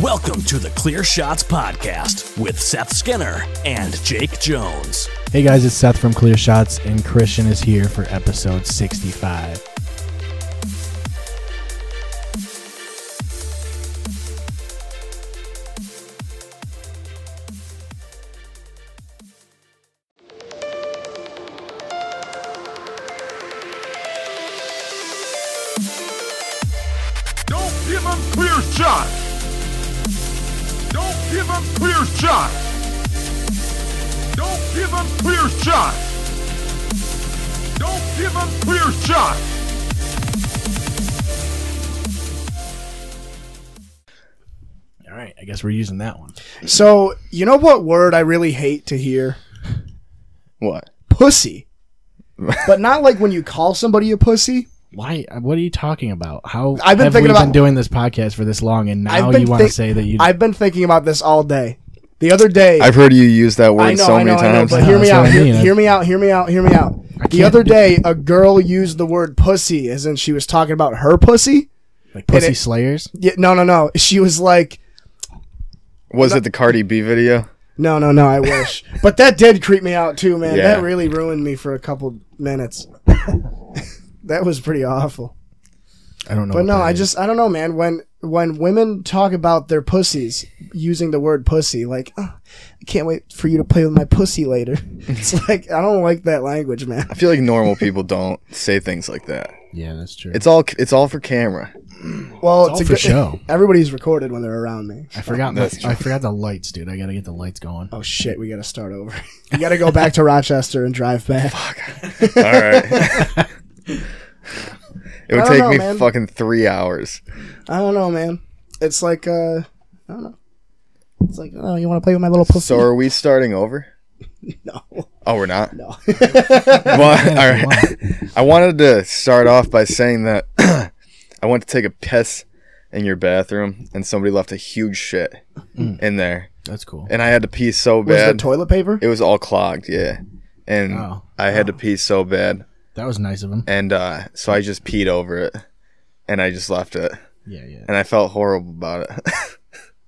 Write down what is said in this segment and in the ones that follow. Welcome to the Clear Shots Podcast with Seth Skinner and Jake Jones. Hey guys, it's Seth from Clear Shots, and Christian is here for episode 65. Don't give him clear shot. Don't give him clear shot. Don't give him clear shot. Don't give him clear shot. All right, I guess we're using that one. So you know what word I really hate to hear? What? Pussy. but not like when you call somebody a pussy. Why? What are you talking about? How I've been have thinking we been about- doing this podcast for this long, and now you want to think- say that you? I've been thinking about this all day. The other day, I've heard you use that word I know, so I many know, I know, times. but hear me That's out. what I Hear, mean. hear me out. Hear me out. Hear me out. The can't other do- day, a girl used the word pussy, as in she was talking about her pussy. like pussy it- slayers. Yeah, no, no, no. She was like, Was it the Cardi B video? no, no, no. I wish, but that did creep me out too, man. Yeah. That really ruined me for a couple minutes. that was pretty awful. I don't know. But what no, that I is. just I don't know, man. When when women talk about their pussies using the word pussy, like "Oh, I can't wait for you to play with my pussy later. It's like I don't like that language, man. I feel like normal people don't say things like that. yeah, that's true. It's all it's all for camera. Well, It's it's, all for a good, show. Everybody's recorded when they're around me. I forgot. My, That's true. I forgot the lights, dude. I gotta get the lights going. Oh shit, we gotta start over. we gotta go back to Rochester and drive back. All right. it would don't take know, me man. fucking three hours. I don't know, man. It's like uh, I don't know. It's like oh, you want to play with my little pussy? So are we starting over? no, Oh, we're not. no. Well, all right. I wanted to start off by saying that I went to take a piss in your bathroom, and somebody left a huge shit in there, That's cool. and I had to pee so Was the bad. toilet paper? it was all clogged, yeah, and Oh. I had to pee so bad. That was nice of him. and uh, so I just peed over it, and I just left it, Yeah, yeah. and I felt horrible about it.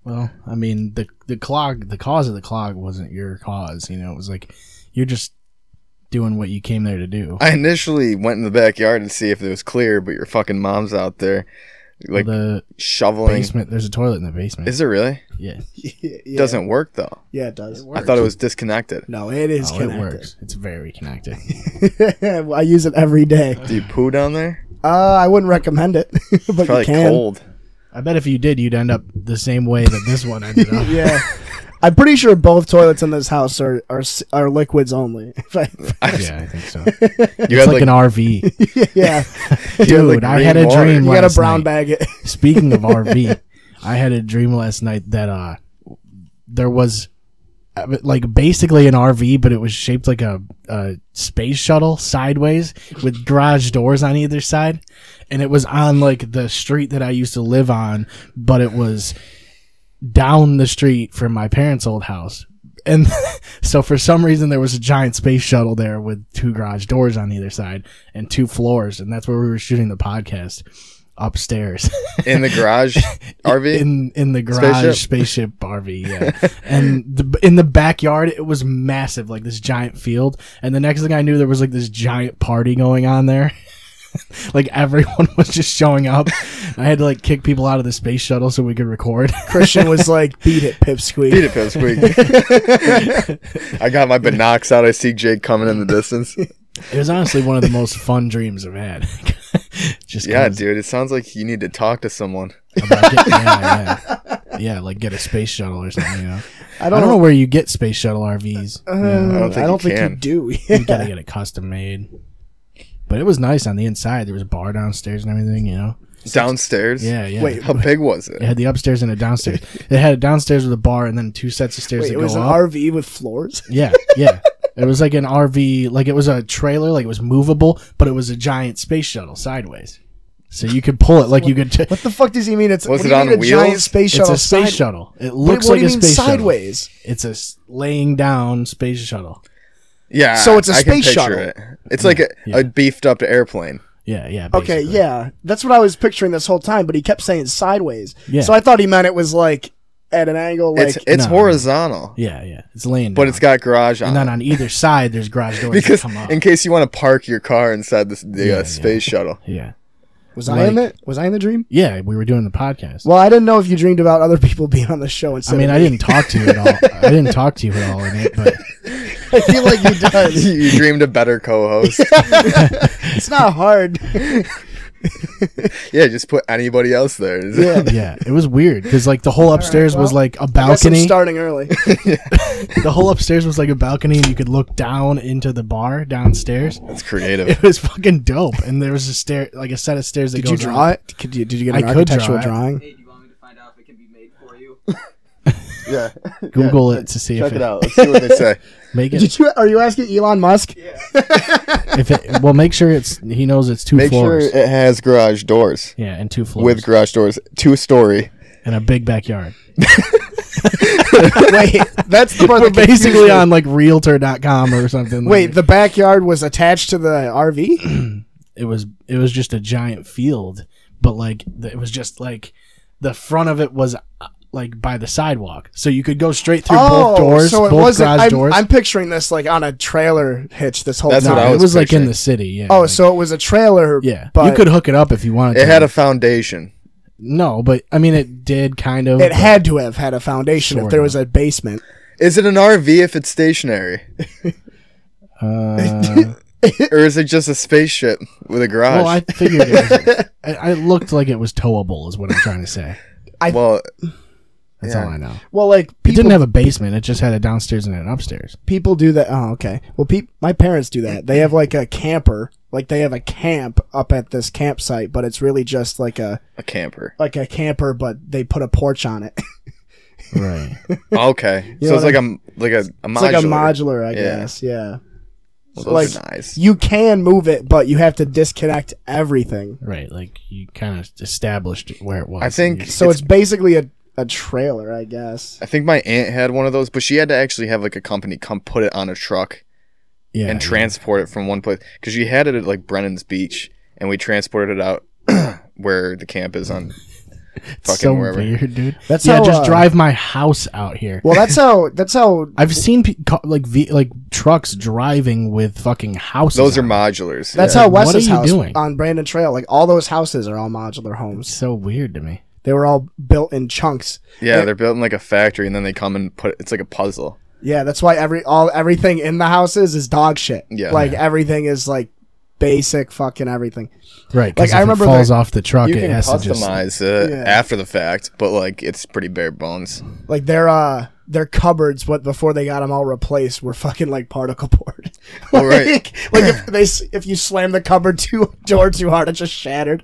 Well, I mean, the the clog, the cause of the clog wasn't your cause. You know, it was like you're just doing what you came there to do. I initially went in the backyard to see if it was clear, but your fucking mom's out there, like the shoveling. basement. There's a toilet in the basement. Is it really? yeah, yeah, It Doesn't work though. yeah, it does. I thought it was disconnected. No, it is Oh, it connected. works. It's very connected. I use it every day. Do you poo down there? Uh, I wouldn't recommend it, but Probably you can. cold. I bet if you did, you'd end up the same way that this one ended up. Yeah, I'm pretty sure both toilets in this house are are, s- are liquids only. If I- Yeah, I think so. It's You had like, like, an RV, yeah, you dude. like, I green had a water. dream. you got last a brown night. bag it. Speaking of RV, I had a dream last night that uh, there was uh, like basically an RV, but it was shaped like a, a space shuttle sideways with garage doors on either side, and it was on like the street that I used to live on, but it was down the street from my parents' old house. And so for some reason there was a giant space shuttle there with two garage doors on either side and two floors and that's where we were shooting the podcast upstairs in the garage RV. in in the garage spaceship, RV, yeah. and the, in the backyard, it was massive, like this giant field. And the next thing I knew, there was like this giant party going on there. like everyone was just showing up. I had to like kick people out of the space shuttle so we could record. Christian was like, "Beat it, Pipsqueak." Beat it, Pipsqueak. I got my binocs out. I see Jake coming in the distance. it was honestly one of the most fun dreams I've had. just Yeah, 'cause dude. It sounds like you need to talk to someone. about get- yeah, yeah, yeah, like get a space shuttle or something. You know? I I don't, don't know where you get space shuttle RVs. you know? know. I don't think I don't you think you can. do. you gotta get it custom made. But it was nice on the inside. There was a bar downstairs and everything, you know. Downstairs. Yeah, yeah. Wait, How big was it? It had the upstairs and a downstairs. it had a downstairs with a bar and then two sets of stairs Wait, that it go was an up. RV with floors. yeah, yeah. It was like an RV, like it was a trailer, like it was movable, but it was a giant space shuttle sideways. So you could pull it like you could. T- What the fuck does he mean? It's Was what it do you on mean a giant wheels? space it's shuttle. a space side- shuttle. It What, looks what like do you a mean space shuttle. sideways? It's a s- laying down space shuttle. Yeah. So it's a I can space picture shuttle. It. It's like a, yeah. a beefed up airplane. Yeah, yeah. Okay, basically. yeah, that's what I was picturing this whole time, but he kept saying sideways. Yeah. So I thought he meant it was like at an angle like it's it's no. horizontal, Yeah, yeah. It's laying but down. it's got garage on and then it. on either side there's garage doors that because come up. in case you want to park your car inside this, the uh, space shuttle. yeah. was I in like- it? Was I in the dream? Yeah, we were doing the podcast. Well, I didn't know if you dreamed about other people being on the show instead. I mean, of I didn't talk to you at all. I didn't talk to you at all in it, but I feel like you did. you dreamed a better co-host. It's not hard. yeah, just put anybody else there. Yeah. yeah, it was weird because like the whole upstairs was well, like a Guess I'm balcony. starting early. the whole upstairs was like a balcony, and you could look down into the bar downstairs. It's creative. It was fucking dope, and there was a stair, like a set of stairs that Did you goes draw up. it? Could you, did you get an I could draw architectural it. drawing? Hey, do you want me to find out if it can be made for you? yeah, Google it to see check if it it, out. Let's see what they say. make it, Did you? Are you asking Elon Musk? if it. Well, make sure it's he knows it's two Make sure floors. it has garage doors yeah, and two floors with garage doors, two story. and a big backyard. Wait, that's the part We're that confused basically me. on like Realtor.com or something. Wait, like, the backyard was attached to the RV. it was it was just a giant field, but like the, it was just like the front of it was uh, like by the sidewalk, so you could go straight through both doors, Oh, so it both wasn't. garage I'm, doors. I'm picturing this like on a trailer hitch. This whole That's No, time. what I was it was like in picturing. the city. Yeah. Oh, like- so it was a trailer. yeah, but you could hook it up if you wanted. to. It had a foundation. no, but I mean, it did kind of. It had to have had a foundation Sure if there enough. was a basement. Is it an RV if it's stationary, uh, or is it just a spaceship with a garage? well, I figured it. Was, I, I looked like it was towable, is what I'm trying to say. Well, That's Yeah. all I know. Well, like It people didn't have a basement. It just had a downstairs and an upstairs. people do that. Oh, okay. Well, peop my parents do that. They have like a camper. Like they have a camp up at this campsite, but it's really just like a a camper. like a camper, but they put a porch on it. Right. Okay, You know so it's what like a like a, a it's like a modular. modular, I Yeah. guess. Yeah. Well, like- those are nice. You can move it, but you have to disconnect everything. right. Like you kind of established where it was. I think So it's, basically a, a trailer, I guess. I think my aunt had one of those, but she had to actually have like a company come put it on a truck yeah, and transport it from one place because she had it at like Brennan's Beach, and we transported it out where the camp is on fucking so wherever. weird, dude. That's yeah. how, just uh, drive my house out here. Well, that's how that's how I've seen pe- co- like ve- like trucks driving with fucking houses. Those are on it. modulars. that's yeah. how What are Wes's you house doing? on Brandon Trail. Like all those houses are all modular homes. so weird to me. They were all built in chunks. yeah, they're built in like a factory, and then they come and put it's like a puzzle. Yeah, that's why every all everything in the houses is dog shit. Yeah. like everything is like basic fucking everything. Right. Like, Like I I remember it falls the- off the truck. You it can has to just. customize it Yeah. after the fact, but like it's pretty bare bones. Like their uh their cupboards, what before they got them all replaced, were fucking like particle board. like, Oh, right. like if they s- if you slam the cupboard too door too hard, it just shattered.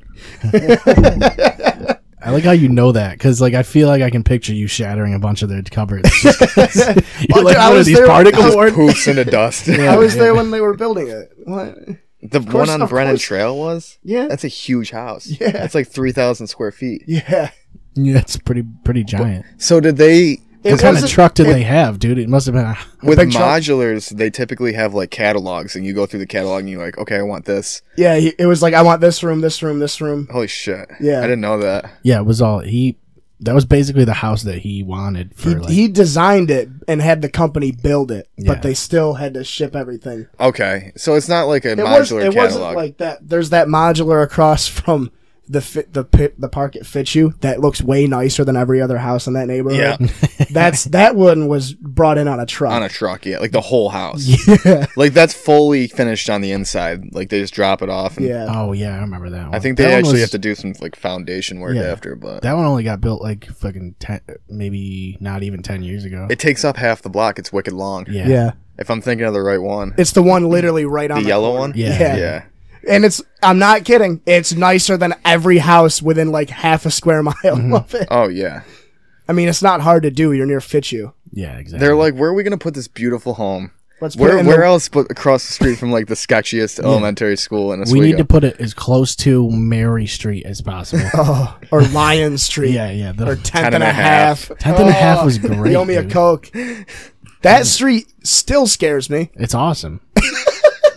I like how you know that because like I feel like I can picture you shattering a bunch of their cupboards. Just 'cause You're Well, like dude, I one of was these there- particle I was- board. Poofs into dust. I was there when they were building it. What? the course, one on of Brennan course. Trail was. Yeah. that's a huge house. Yeah. that's like three thousand square feet. Yeah, Yeah, it's pretty pretty giant. So did they it What kind of wasn't- truck did it- they have, dude? It must have been. A, with big truck. modulars? They typically have like catalogs, and you go through the catalog, and you're like, okay, I want this. Yeah, he, it was like I want this room, this room, this room. Holy shit! Yeah. I didn't know that. yeah, it was all he. That was basically the house that he wanted for He, like. he designed it and had the company build it, Yeah. but they still had to ship everything. Okay, so it's not like a It, was, modular it wasn't catalog. like that. There's that modular across from the fit, the pit, the park at Fitu that looks way nicer than every other house in that neighborhood. That's that one was brought in on a truck. on a truck, yeah, like the whole house. like that's fully finished on the inside. Like they just drop it off. And yeah, oh yeah, I remember that one. I think they That one actually was- have to do some like foundation work Yeah. after, but That one only got built like fucking ten, maybe not even ten years ago. it takes up half the block. It's wicked long. yeah, yeah, yeah, If I'm thinking of the right one, It's the one literally right on the the yellow corner. one. Yeah. yeah, yeah. and it's I'm not kidding. It's nicer than every house within like half a square mile Mm-hmm. of it. Oh yeah. I mean, it's not hard to do. You're near Fitu. exactly. They're like, where are we gonna put this beautiful home? Let's put it Where in where the- else but across the street from like the sketchiest elementary school in we Oswego? need to put it as close to Mary Street as possible. Oh, or Lion Street. yeah, yeah. The Or tenth tenth and, and a a half. and a half Oh, was great. You owe me a dude. coke. That street still scares me. It's awesome.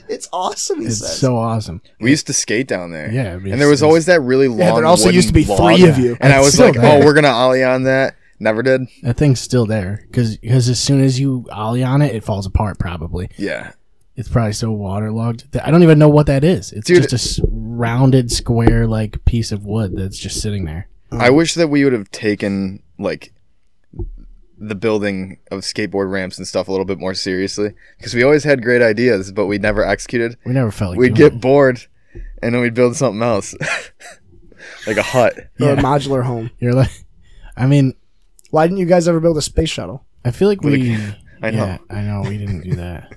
It's awesome. He It's says. so awesome. we used to skate down there. Yeah, I mean, and there was it's- always that really long. there also wooden used to be log, three of you. and I It's was still like, there. oh, we're gonna ollie on that. Never did. That thing's still there because as soon as you ollie on it, it falls apart. Probably Yeah. it's probably so waterlogged. That I don't even know what that is. It's Dude. just a s- rounded square like piece of wood that's just sitting there. Oh. I wish that we would have taken like the building of skateboard ramps and stuff a little bit more seriously because we always had great ideas, but we never executed. We never felt like We'd doing get bored and then we'd build something else, like a hut. Yeah. Or a modular home. it. You're like, I mean, Why didn't you guys ever build a space shuttle? I feel like With a we. I know. Yeah, I know we didn't do that.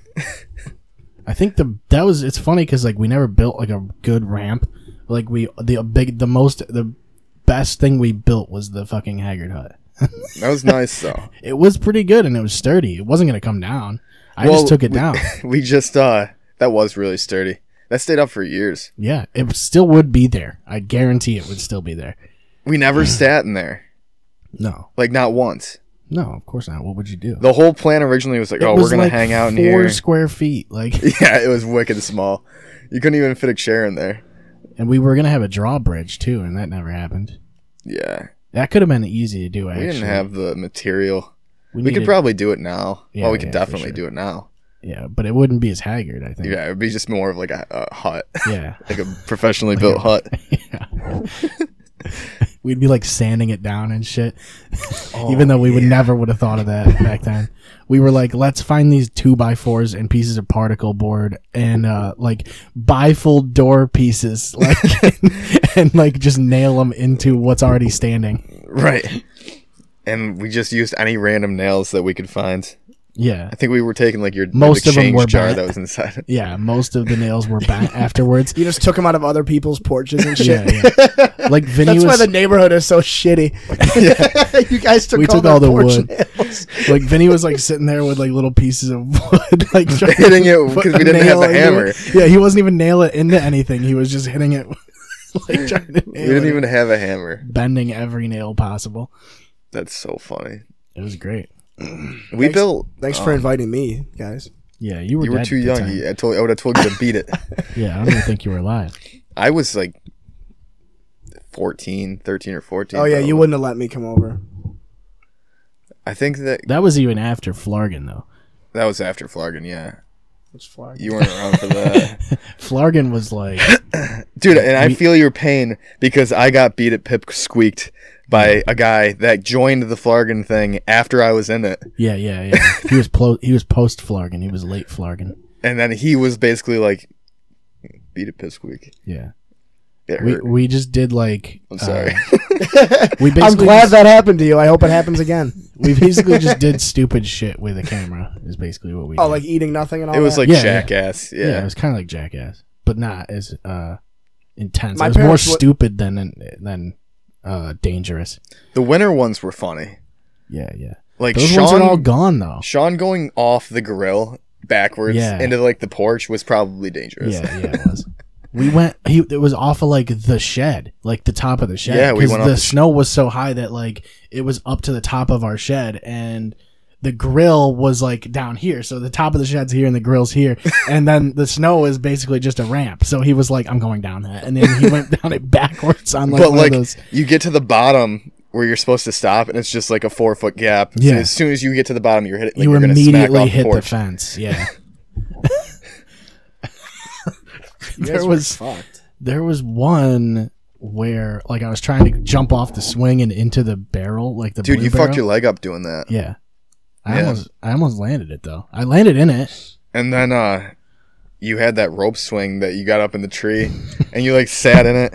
I think the that was it's funny because like we never built like a good ramp. Like we the big the most the best thing we built was the fucking Haggard hut. That was nice though. It was pretty good and it was sturdy. It wasn't gonna come down. I Well, just took it we- down. We just uh, that was really sturdy. That stayed up for years. yeah, it still would be there. I guarantee it would still be there. We never sat in there, No, like not once. no, of course not. What would you do? The whole plan originally was like, It oh, was we're gonna like hang out in four here. square feet, like, yeah, it was wicked small. You couldn't even fit a chair in there. and we were gonna have a drawbridge too, and that never happened. Yeah, That could have been easy to do. we Actually, didn't have the material. We needed- could probably do it now. Yeah, well, we could yeah, for definitely sure. do it now. Yeah, but it wouldn't be as haggard, I think. Yeah, it would be just more of like a, a hut, Yeah. like a professionally built hut. We'd be like sanding it down and shit. Oh, Even though we would never would have thought of that back then. We were like, let's find these two by fours and pieces of particle board and uh, like bifold door pieces, like and, like just nail them into what's already standing. Right. And we just used any random nails that we could find. Yeah, I think we were taking like your Most the of 'em change were jar bad. that was inside. yeah. Most of the nails were bent afterwards. You just took them out of other people's porches and shit. Yeah, yeah. Like Vinny That's why was the neighborhood is so shitty. you guys took, We all, took their all the porch wood. nails. like Vinny was like sitting there with like little pieces of wood, like trying to Hitting it put 'cause we a didn't have nail the into hammer. it. Yeah, he wasn't even nail it into anything. He was just hitting it, like trying to We nail didn't it, even have a hammer. bending every nail possible. That's so funny. It was great. We built. Thanks Um, for inviting me, guys. Yeah, you were You were dead too at the young. time. You- I told. I would have told you to beat it. Yeah, I don't even think you were alive. I was like 14, 13 or fourteen. Oh yeah, bro. you wouldn't have let me come over. I think that That was even after Flargan though. that was after flogging. Yeah, It's flag. you weren't around for that. Flargan was like, Dude, and I feel your pain because I got beat at Pip Squeaked by a guy that joined the Flargan thing after I was in it. yeah, yeah, yeah. He was plo- he was post Flargan. He was late Flargan. And then he was basically like, beat at Pip Squeak. Yeah, It we hurt. we uh, just did like. I'm sorry. We basically I'm glad just- that happened to you. I hope it happens again. we basically just did stupid shit with a camera. Is basically what we. Oh, did. like eating nothing and all. it was that? like Yeah, yeah. jackass. Yeah. Yeah, it was kind of like Jackass, but not as uh, intense. My it was more parents wa- stupid than than uh, dangerous. The winter ones were funny. Yeah, yeah. Like Those Sean, ones are all gone though. Sean going off the grill backwards Yeah. into like the porch was probably dangerous. Yeah, yeah, it was. We went. He it was off of like the shed, like the top of the shed. Yeah, we 'cause went off the the sh- snow was so high that like it was up to the top of our shed, and the grill was like down here. So the top of the shed's here, and the grill's here, and then the snow is basically just a ramp. So he was like, "I'm going down that," and then he went down it backwards on like but one like of those. you get to the bottom where you're supposed to stop and it's just like a four foot gap. So Yeah. as soon as you get to the bottom you're hit, like, you you're gonna smack immediately off the hit the porch. fence. Yeah. You guys there were was- fucked. there was one where like I was trying to jump off the swing and into the barrel, like the Dude, blue you barrel. fucked your leg up doing that. yeah. I Yeah. almost I almost landed it though. I landed in it. And then uh you had that rope swing that you got up in the tree and you like sat in it.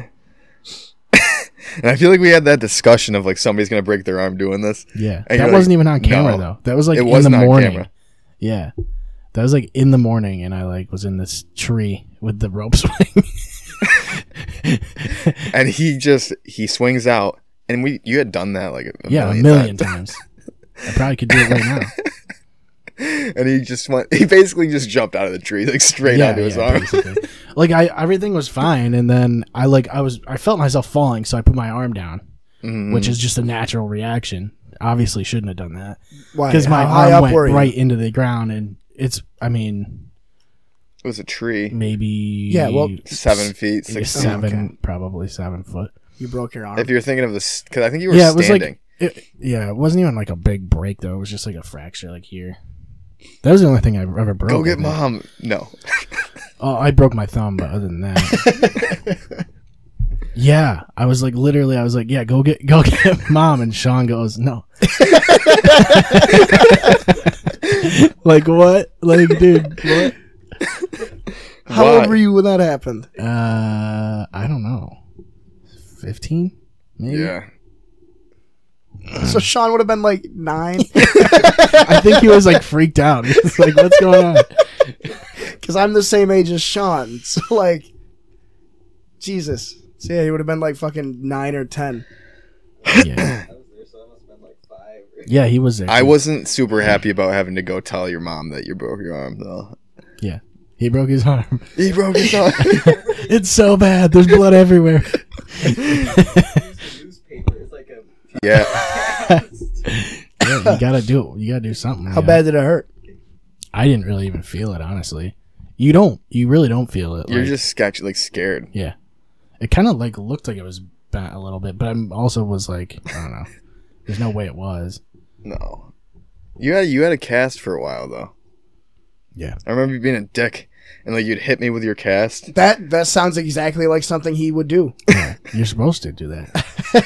and I feel like we had that discussion of like somebody's gonna break their arm doing this. Yeah. And that you're wasn't like, even on camera "No." though. That was like It in wasn't the on morning. camera. Yeah. That was like in the morning and I like was in this tree with the rope swing. And he just he swings out and we you had done that like a, yeah, a million, million times. times. I probably could do it right now. And he just went he basically just jumped out of the tree, like straight onto his arm. basically. like I, everything was fine, and then I like I was I felt myself falling, so I put my arm down, which is just a natural reaction. Obviously, shouldn't have done that Why? because my How high arm up went were you? right into the ground, and it's I mean it was a tree. maybe Yeah, well, Seven feet, s- six Mm. seven okay. probably seven foot. You broke your arm. If you're thinking of this, because I think you were Yeah, it was standing. like it, yeah, it wasn't even like a big break though. It was just like a fracture, like here. That was the only thing I ever broke. Go get I think. mom. No. Oh, I broke my thumb, but other than that. yeah, I was like literally I was like, yeah, go get go get mom and Sean goes, "No." like what? Like dude, what? How Why? old were you when that happened? Uh, I don't know. 15? Maybe. Yeah. So Sean would have been like nine, I think he was like freaked out. It's like, what's going on? because I'm the same age as Sean. So like, Jesus. So yeah, he would have been like fucking nine or ten. Yeah. I was there, so I must have been like five. Or... Yeah, he was there. I wasn't super happy about having to go tell your mom that you broke your arm though. Yeah. He broke his arm. He broke his arm. It's so bad. There's blood everywhere. It's a newspaper. It's like a. yeah. Yeah, you gotta do it. You gotta do something. How yeah. bad did it hurt? I didn't really even feel it, honestly. You don't. You really don't feel it. You're like- just sketch like scared. Yeah. It kind of like looked like it was bent a little bit, but I'm also was like, I don't know. There's no way it was. No. You had you had a cast for a while though. Yeah. I remember you being a dick and like you'd hit me with your cast. That that sounds exactly like something he would do. You're supposed to do that.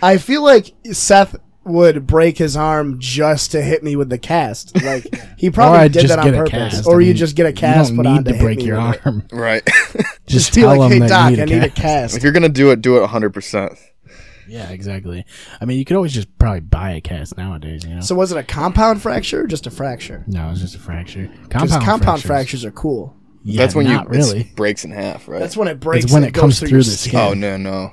I feel like Seth would break his arm just to hit me with the cast. Like he or probably I'd did just that get on a purpose. cast. Or I you mean, just get a cast You put don't on need to hit break me your with it. arm. Right. Just, Just be tell them like, hey that doc, you I need a cast. cast. if you're gonna do it, do it hundred percent. Yeah, exactly. I mean, you could always just probably buy a cast nowadays, you know? So was it a compound fracture or just a fracture? no, it's just a fracture. Because Compound, compound fractures. fractures are cool. Yeah, That's when you not it's- really. breaks in half, right? That's when it breaks. It's when and it comes your through the skin. skin. Oh no no.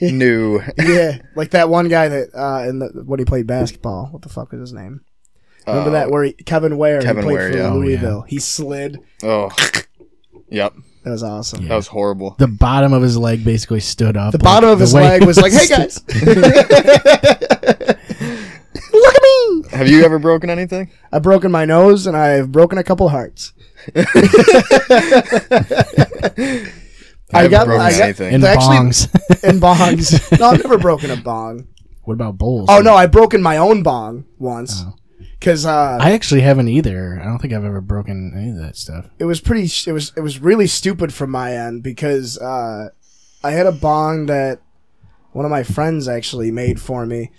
no. yeah, like that one guy that uh, in the when he played basketball. What the fuck was his name? Remember Uh, that where he, Kevin Ware Kevin he played Ware, for yeah. Oh, yeah. Louisville. He slid. Oh. Yep. That was awesome. That was horrible. The bottom of his leg basically stood up. The bottom of his leg was like, "Hey guys, look at me! Have you ever broken anything? I've broken my nose and I've broken a couple hearts. I, haven't got, broken I got anything. and actually- bongs. in bongs. No, I've never broken a bong. what about bowls? Oh no, I broken my own bong once because uh, I actually haven't either. I don't think I've ever broken any of that stuff. it was pretty. It was it was really stupid from my end because uh, I had a bong that one of my friends actually made for me,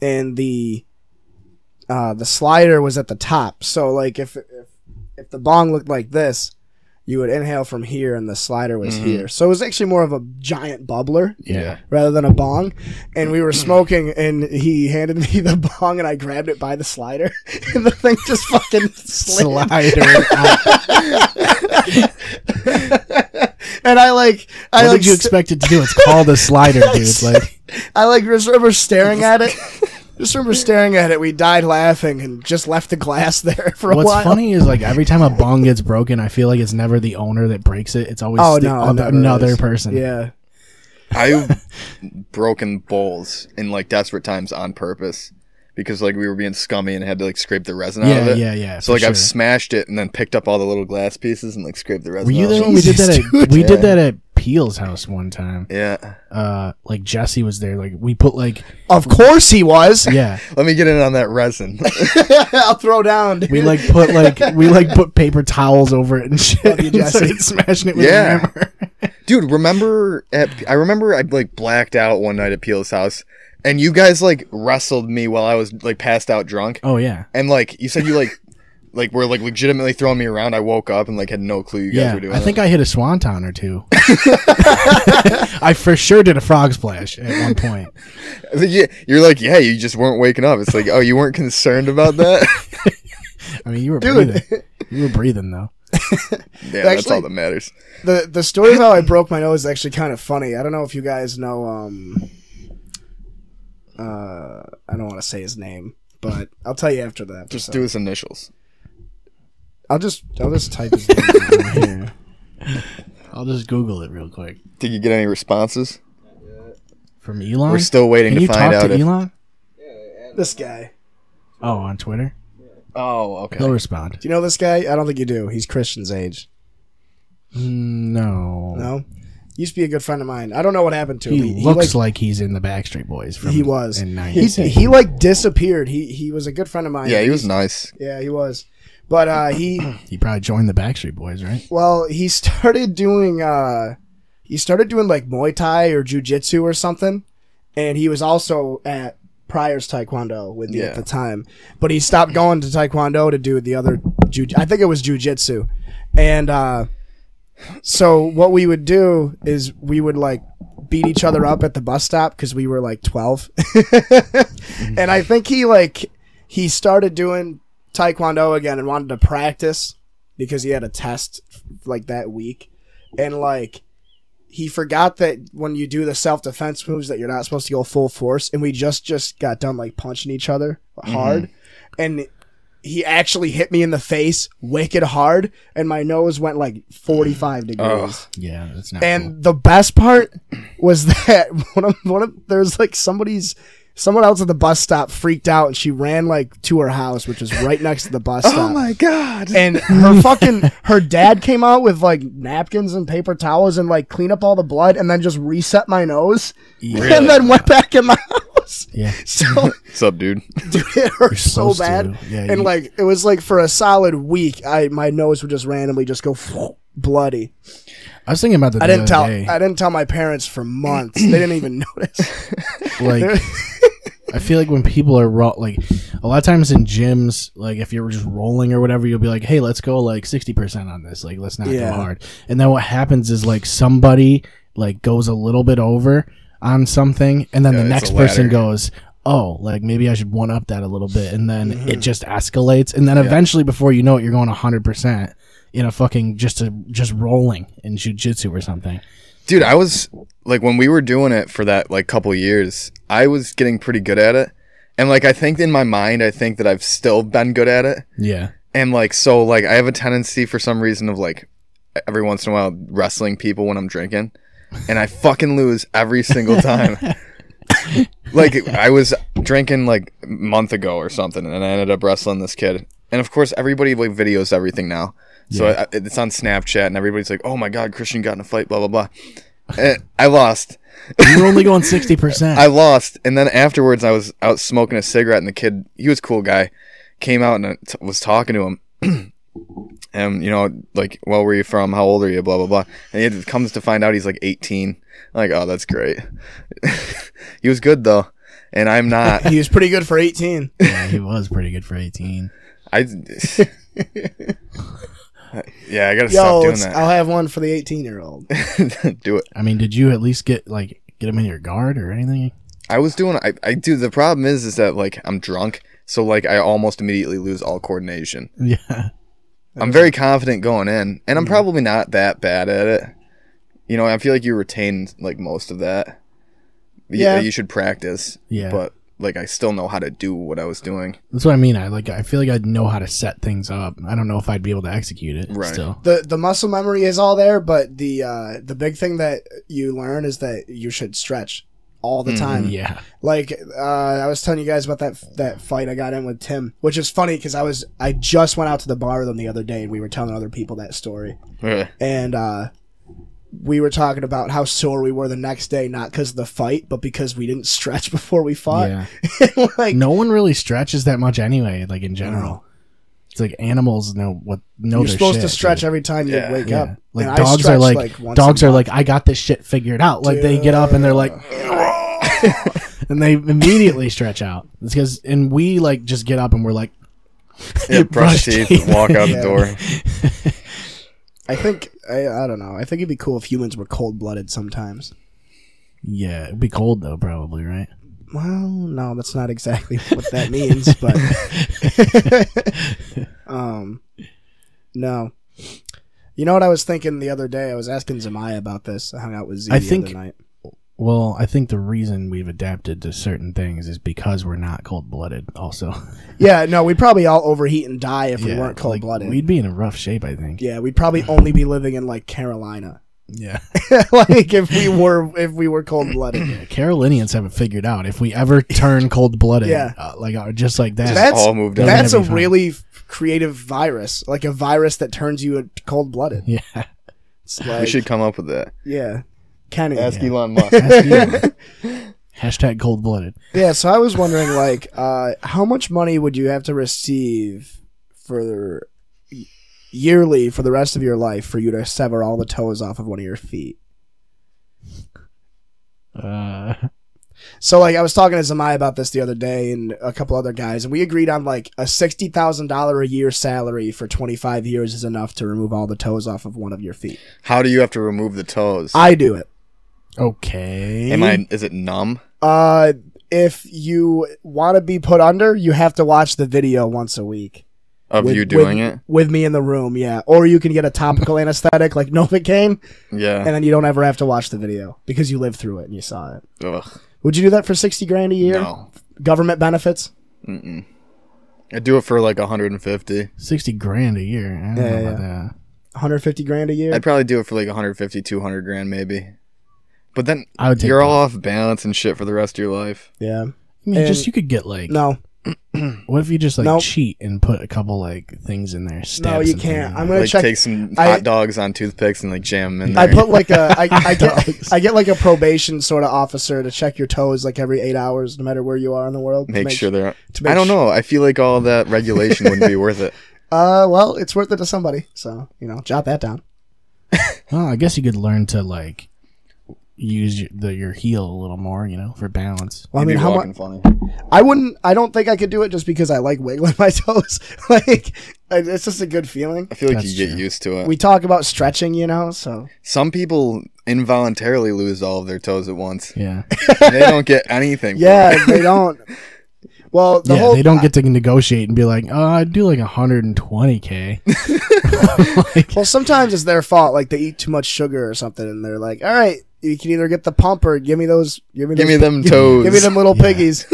and the uh, the slider was at the top. So like if if if the bong looked like this, you would inhale from here, and the slider was here. So it was actually more of a giant bubbler Yeah. rather than a bong. And we were smoking, and he handed me the bong, and I grabbed it by the slider, and the thing just fucking slid. Slider. out. what And I like, I like, did you st- expect it to do? It's called a slider, dude. It's like I like just remember staring at it. Just remember staring at it. We died laughing and just left the glass there for a what's while. funny is like every time a bong gets broken, I feel like it's never the owner that breaks it. It's always Oh the no! it other, never another is. person. Yeah. I've broken bowls in like desperate times on purpose because like we were being scummy and had to like scrape the resin out of yeah, it. yeah, yeah. Oh, So for like sure. I've smashed it and then picked up all the little glass pieces and like scraped the resin. Were you out there of when it. we did that? At, we did Yeah. that at Peel's house one time. Yeah. Uh, like Jesse was there. Like we put like Of course he was. yeah. Let me get in on that resin. I'll throw down. dude. We like put like we like put paper towels over it and shit. you, and started Jesse. smashing it with Yeah. a hammer. Dude, remember at I remember I like blacked out one night at Peel's house and you guys like wrestled me while I was like passed out drunk. Oh yeah. And like you said you like like were like legitimately throwing me around. I woke up and like had no clue you guys Yeah, were doing I think I hit a swanton or two. I for sure did a frog splash at one point. I think yeah, you're like, yeah, you just weren't waking up. It's like, oh, you weren't concerned about that. I mean, you were Dude. breathing. You were breathing though. yeah, that's all Actually- that matters. the the story of how I broke my nose is actually kind of funny. I don't know if you guys know. Um, uh, I don't want to say his name, but I'll tell you after that. Just do his initials. I'll just I'll just type his name down here. I'll just Google it real quick Did you get any responses? from Elon. We're still waiting Can to you find talk out. to if, Elon? This guy. Oh, on Twitter, Oh, okay. he'll respond. Do you know this guy? I don't think you do. He's Christian's age. Mm, No. No. used to be a good friend of mine. I don't know what happened to him. He, looks like. like, he's in the Backstreet Boys. From he was. in He, '90s. he like disappeared. He he was a good friend of mine. Yeah, he was nice. Yeah, he was. But uh, he He probably joined the Backstreet Boys, right? well he started doing uh, he started doing like Muay Thai or Jiu Jitsu or something, and he was also at Pryor's Taekwondo with me Yeah. at the time. But he stopped going to Taekwondo to do the other Jiu. I think it was Jiu Jitsu, and uh, so what we would do is we would like beat each other up at the bus stop because we were like 12 and i think he like he started doing taekwondo again and wanted to practice because he had a test like that week and like he forgot that when you do the self-defense moves that you're not supposed to go full force and we just just got done like punching each other hard and he actually hit me in the face wicked hard and my nose went like 45 degrees Ugh. Yeah, that's not. and cool. the best part was that one of one of there's like somebody's someone else at the bus stop freaked out and she ran like to her house, which was right next to the bus Oh stop. god. and her fucking her dad came out with like napkins and paper towels and like clean up all the blood and then just reset my nose Really? and then went back in my house. yeah, So What's up, dude? dude, it hurt so supposed to. bad. Yeah, and you- like it was like for a solid week, I my nose would just randomly just go bloody. I was thinking about that. I the didn't other tell day. I didn't tell my parents for months. they didn't even notice. like I feel like when people are raw, like a lot of times in gyms, like if you're just rolling or whatever, you'll be like, "Hey, let's go like sixty percent on this. Like, let's not Yeah. go hard." And then what happens is like somebody like goes a little bit over on something, and then Yeah, the it's next a person ladder. goes, "Oh, like maybe I should one up that a little bit," and then it just escalates, and then eventually, before you know it, you're going hundred percent in a fucking just a just rolling in jujitsu or something. Dude, I was like when we were doing it for that like couple years, I was getting pretty good at it. And like I think in my mind I think that I've still been good at it. Yeah, And like so like I have a tendency for some reason of like every once in a while wrestling people when I'm drinking. And I fucking lose every single time. like I was drinking like a month ago or something and I ended up wrestling this kid. And of course everybody like videos everything now. So I, it's on Snapchat and everybody's like, "Oh my god, Christian got in a fight, blah blah blah." And I lost. you're only going sixty percent. I lost, and then afterwards, I was out smoking a cigarette, and the kid, he was a cool guy, came out and I t- was talking to him, and you know, like, well, where are you from? How old are you? Blah blah blah. And it comes to find out he's like 18. I'm like, oh, that's great. he was good though, and I'm not. he was pretty good for 18. Yeah, he was pretty good for eighteen. I. yeah, I gotta Yo, stop doing it's- that. I'll have one for the 18 year old. Do it. I mean, did you at least get like get him in your guard or anything? I was doing. I, I do. The problem is, is that like I'm drunk, so like I almost immediately lose all coordination. Yeah. I'm very confident going in, and I'm probably not that bad at it. You know, I feel like you retain like most of that. You- Yeah. you should practice. Yeah. but like I still know how to do what I was doing. That's what I mean. I like I feel like I'd know how to set things up. I don't know if I'd be able to execute it Right. still. The the muscle memory is all there, but the uh, the big thing that you learn is that you should stretch all the time. Mm-hmm. Yeah. Like uh, I was telling you guys about that that fight I got in with Tim, which is funny because I was I just went out to the bar with him the other day and we were telling other people that story. and uh, we were talking about how sore we were the next day, not because of the fight, but because we didn't stretch before we fought. Yeah. like, No one really stretches that much anyway, like in general. It's like animals know what know you're their supposed to shit, stretch dude. every time you Yeah. wake yeah. up. Like And I dogs are stretch, like, once dogs a are month. like I got this shit figured out. Like they get up and they're like and they immediately stretch out. It's cuz and we like just get up and we're like Yeah, Brush brush teeth, teeth. walk out Yeah. the door. I think I, I don't know. I think it'd be cool if humans were cold blooded sometimes. yeah, it'd be cold though probably, right? Well, no, that's not exactly what that means, but um, no. You know what I was thinking the other day? I was asking Zamaya about this. I hung out with Z I the think- other night. Well, I think the reason we've adapted to certain things is because we're not cold blooded. Also, Yeah, no, we'd probably all overheat and die if we weren't like, cold blooded. we'd be in a rough shape. I think. yeah, we'd probably only be living in like Carolina. Yeah. like if we were if we were cold blooded. Carolinians haven't figured out if we ever turn cold blooded, Yeah. uh, like uh, just like that. That's all moved on. That's a That'd be fine. really f- creative virus, like a virus that turns you cold blooded. yeah. We should come up with that. yeah. Kenny. Ask Yeah. Elon Musk. Hashtag cold blooded. Yeah, so I was wondering, like, uh, how much money would you have to receive for yearly for the rest of your life for you to sever all the toes off of one of your feet? Uh, So, like, I was talking to Zamai about this the other day and a couple other guys, and we agreed on like a sixty thousand dollar a year salary for twenty five years is enough to remove all the toes off of one of your feet. How do you have to remove the toes? I do it. okay. Am I? Is it numb? Uh, if you want to be put under, you have to watch the video once a week. Of with- you doing with- it? with me in the room, yeah. Or you can get a topical anesthetic like Novocaine, Yeah. and then you don't ever have to watch the video because you lived through it and you saw it. Ugh. Would you do that for sixty grand a year? No. Government benefits? I do it for like 150. 60 grand a year. I don't know Yeah, about that. One hundred fifty grand a year? I'd probably do it for like 150, 200 grand maybe. But then I would take you're all off balance and shit for the rest of your life. yeah. I mean, and- just you could get like. No, What if you just like Nope. cheat and put a couple like things in there? no, stabs you and things can't. in there? I'm gonna like check. take some I- hot dogs on toothpicks and like jam 'em in I there. put like a I, I get I get like a probation sort of officer to check your toes like every eight hours, no matter where you are in the world. to make, sure they're. to make I don't su- know. I feel like all that regulation wouldn't be worth it. Uh, well, it's worth it to somebody, so you know, jot that down. Well, I guess you could learn to like use your, the, your heel a little more, you know, for balance. Well, I You'd mean, be how much? walking funny. I wouldn't. I don't think I could do it just because I like wiggling my toes. like I- it's just a good feeling. I feel like That's you get true. used to it. We talk about stretching, you know. So Some people involuntarily lose all of their toes at once. Yeah, they don't get anything. for it. yeah, they don't. Well, the yeah. whole they don't get to negotiate and be like, "Oh, I'd do like 120k." like, well, sometimes it's their fault. Like they eat too much sugar or something, and they're like, "All right, you can either get the pump or give me those. Give me Give those, me them toes. Give me them little piggies."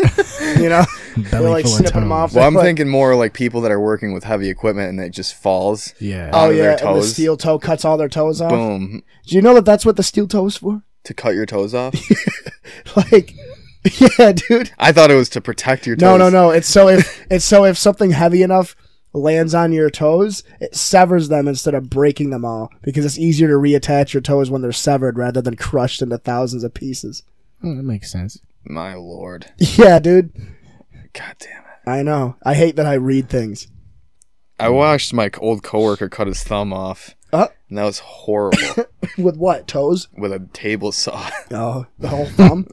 you know, belly like, full of snipping 'em toes. off. Well, I'm Like- thinking more like people that are working with heavy equipment and it just falls. Yeah. oh of their yeah, and the toes. steel toe cuts all their toes off. Boom. Do you know that that's what the steel toes for? To cut your toes off? Like, yeah, dude. I thought it was to protect your toes. No, no, no. It's so if it's so if something heavy enough lands on your toes, it severs them instead of breaking them all because it's easier to reattach your toes when they're severed rather than crushed into thousands of pieces. Oh, that makes sense. My lord. Yeah, dude. God damn it. I know. I hate that I read things. I watched my old coworker cut his thumb off. Uh. And that was horrible With what? Toes? with a table saw. No, the whole thumb.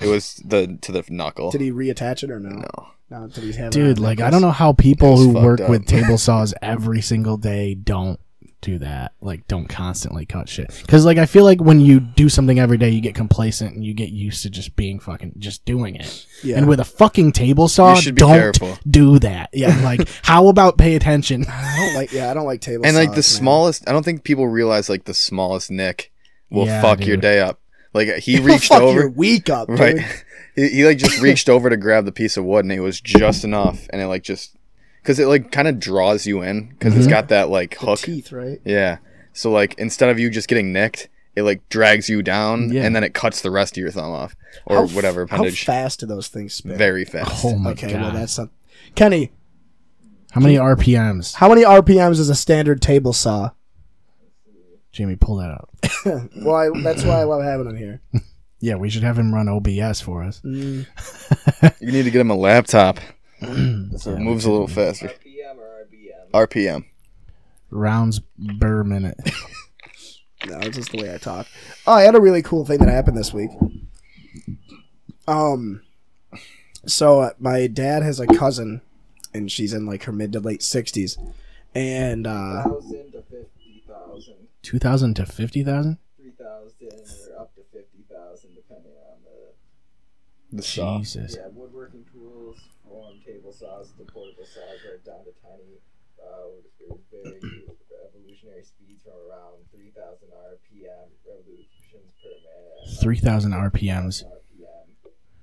It was the to the knuckle. did he reattach it or no? No. No. Did he have Dude, a- like I don't know how people who fucked work up. with table saws every single day don't do that. Like don't constantly cut shit. Cuz like I feel like when you do something every day you get complacent and you get used to just being fucking just doing it. Yeah. And with a fucking table saw, You should be don't careful. do that. Yeah, like how about pay attention? I don't like. Yeah, I don't like table. and like saws, the man. smallest I don't think people realize like the smallest nick will Yeah, fuck your dude. day up. Like he It'll reached fuck over your week up, dude. Right. He, he like just reached over to grab the piece of wood and it was just enough and it like just cuz it like kind of draws you in because Mm-hmm. it's got that like hook. Teeth, right? Yeah. So like instead of you just getting nicked, it like drags you down Yeah. and then it cuts the rest of your thumb off or How f- whatever appendage How fast do those things spin? very fast. Oh my okay, god. well that's not. Kenny, how many RPMs? How many RPMs is a standard table saw? Jamie, pull that up. Well, I, that's why I love having them here. Yeah, we should have him run OBS for us. You need to get him a laptop. so it moves a little faster. PM or RBM? RPM. Rounds per minute. No, it's just the way I talk. Oh, I had a really cool thing that happened this week. Um, so uh, my dad has a cousin, and she's in like her mid to late sixties, and uh, Thousand to fifty thousand, 2000 to 50,000? three thousand, or up to fifty thousand, depending on the The saw. Jesus. yeah woodworking tools, from table saws to portable saws, right down to tiny. Uh, it was very evolutionary speeds from around three thousand RPM revolutions per minute. 3,000 RPM RPMs.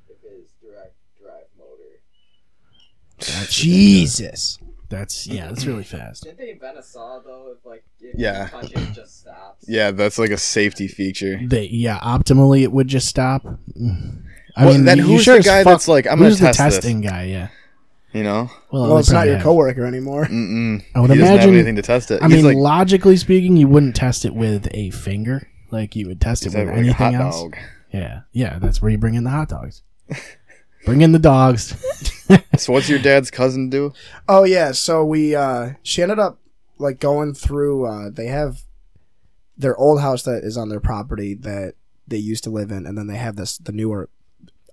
if it is direct drive motor. Jesus, That's yeah, that's really fast. Did they invent a saw though? If like if Yeah. you touch it, it just stops. Yeah, that's like a safety feature. They yeah, optimally it would just stop. Mm. I Well, mean, then you who's sure the as guy fuck- that's like, I'm gonna who's test the this? testing guy? Yeah. You know? well, they it's not probably your have- coworker anymore. Mm-mm. I would he doesn't have imagine- anything to test it. I He's mean, like, logically speaking, you wouldn't test it with a finger. Like you would test it It's with like a anything hot else. dog. Yeah, yeah, that's where you bring in the hot dogs. bring in the dogs. So what's your dad's cousin do? Oh yeah, so we uh she ended up like going through uh they have their old house that is on their property that they used to live in and then they have this the newer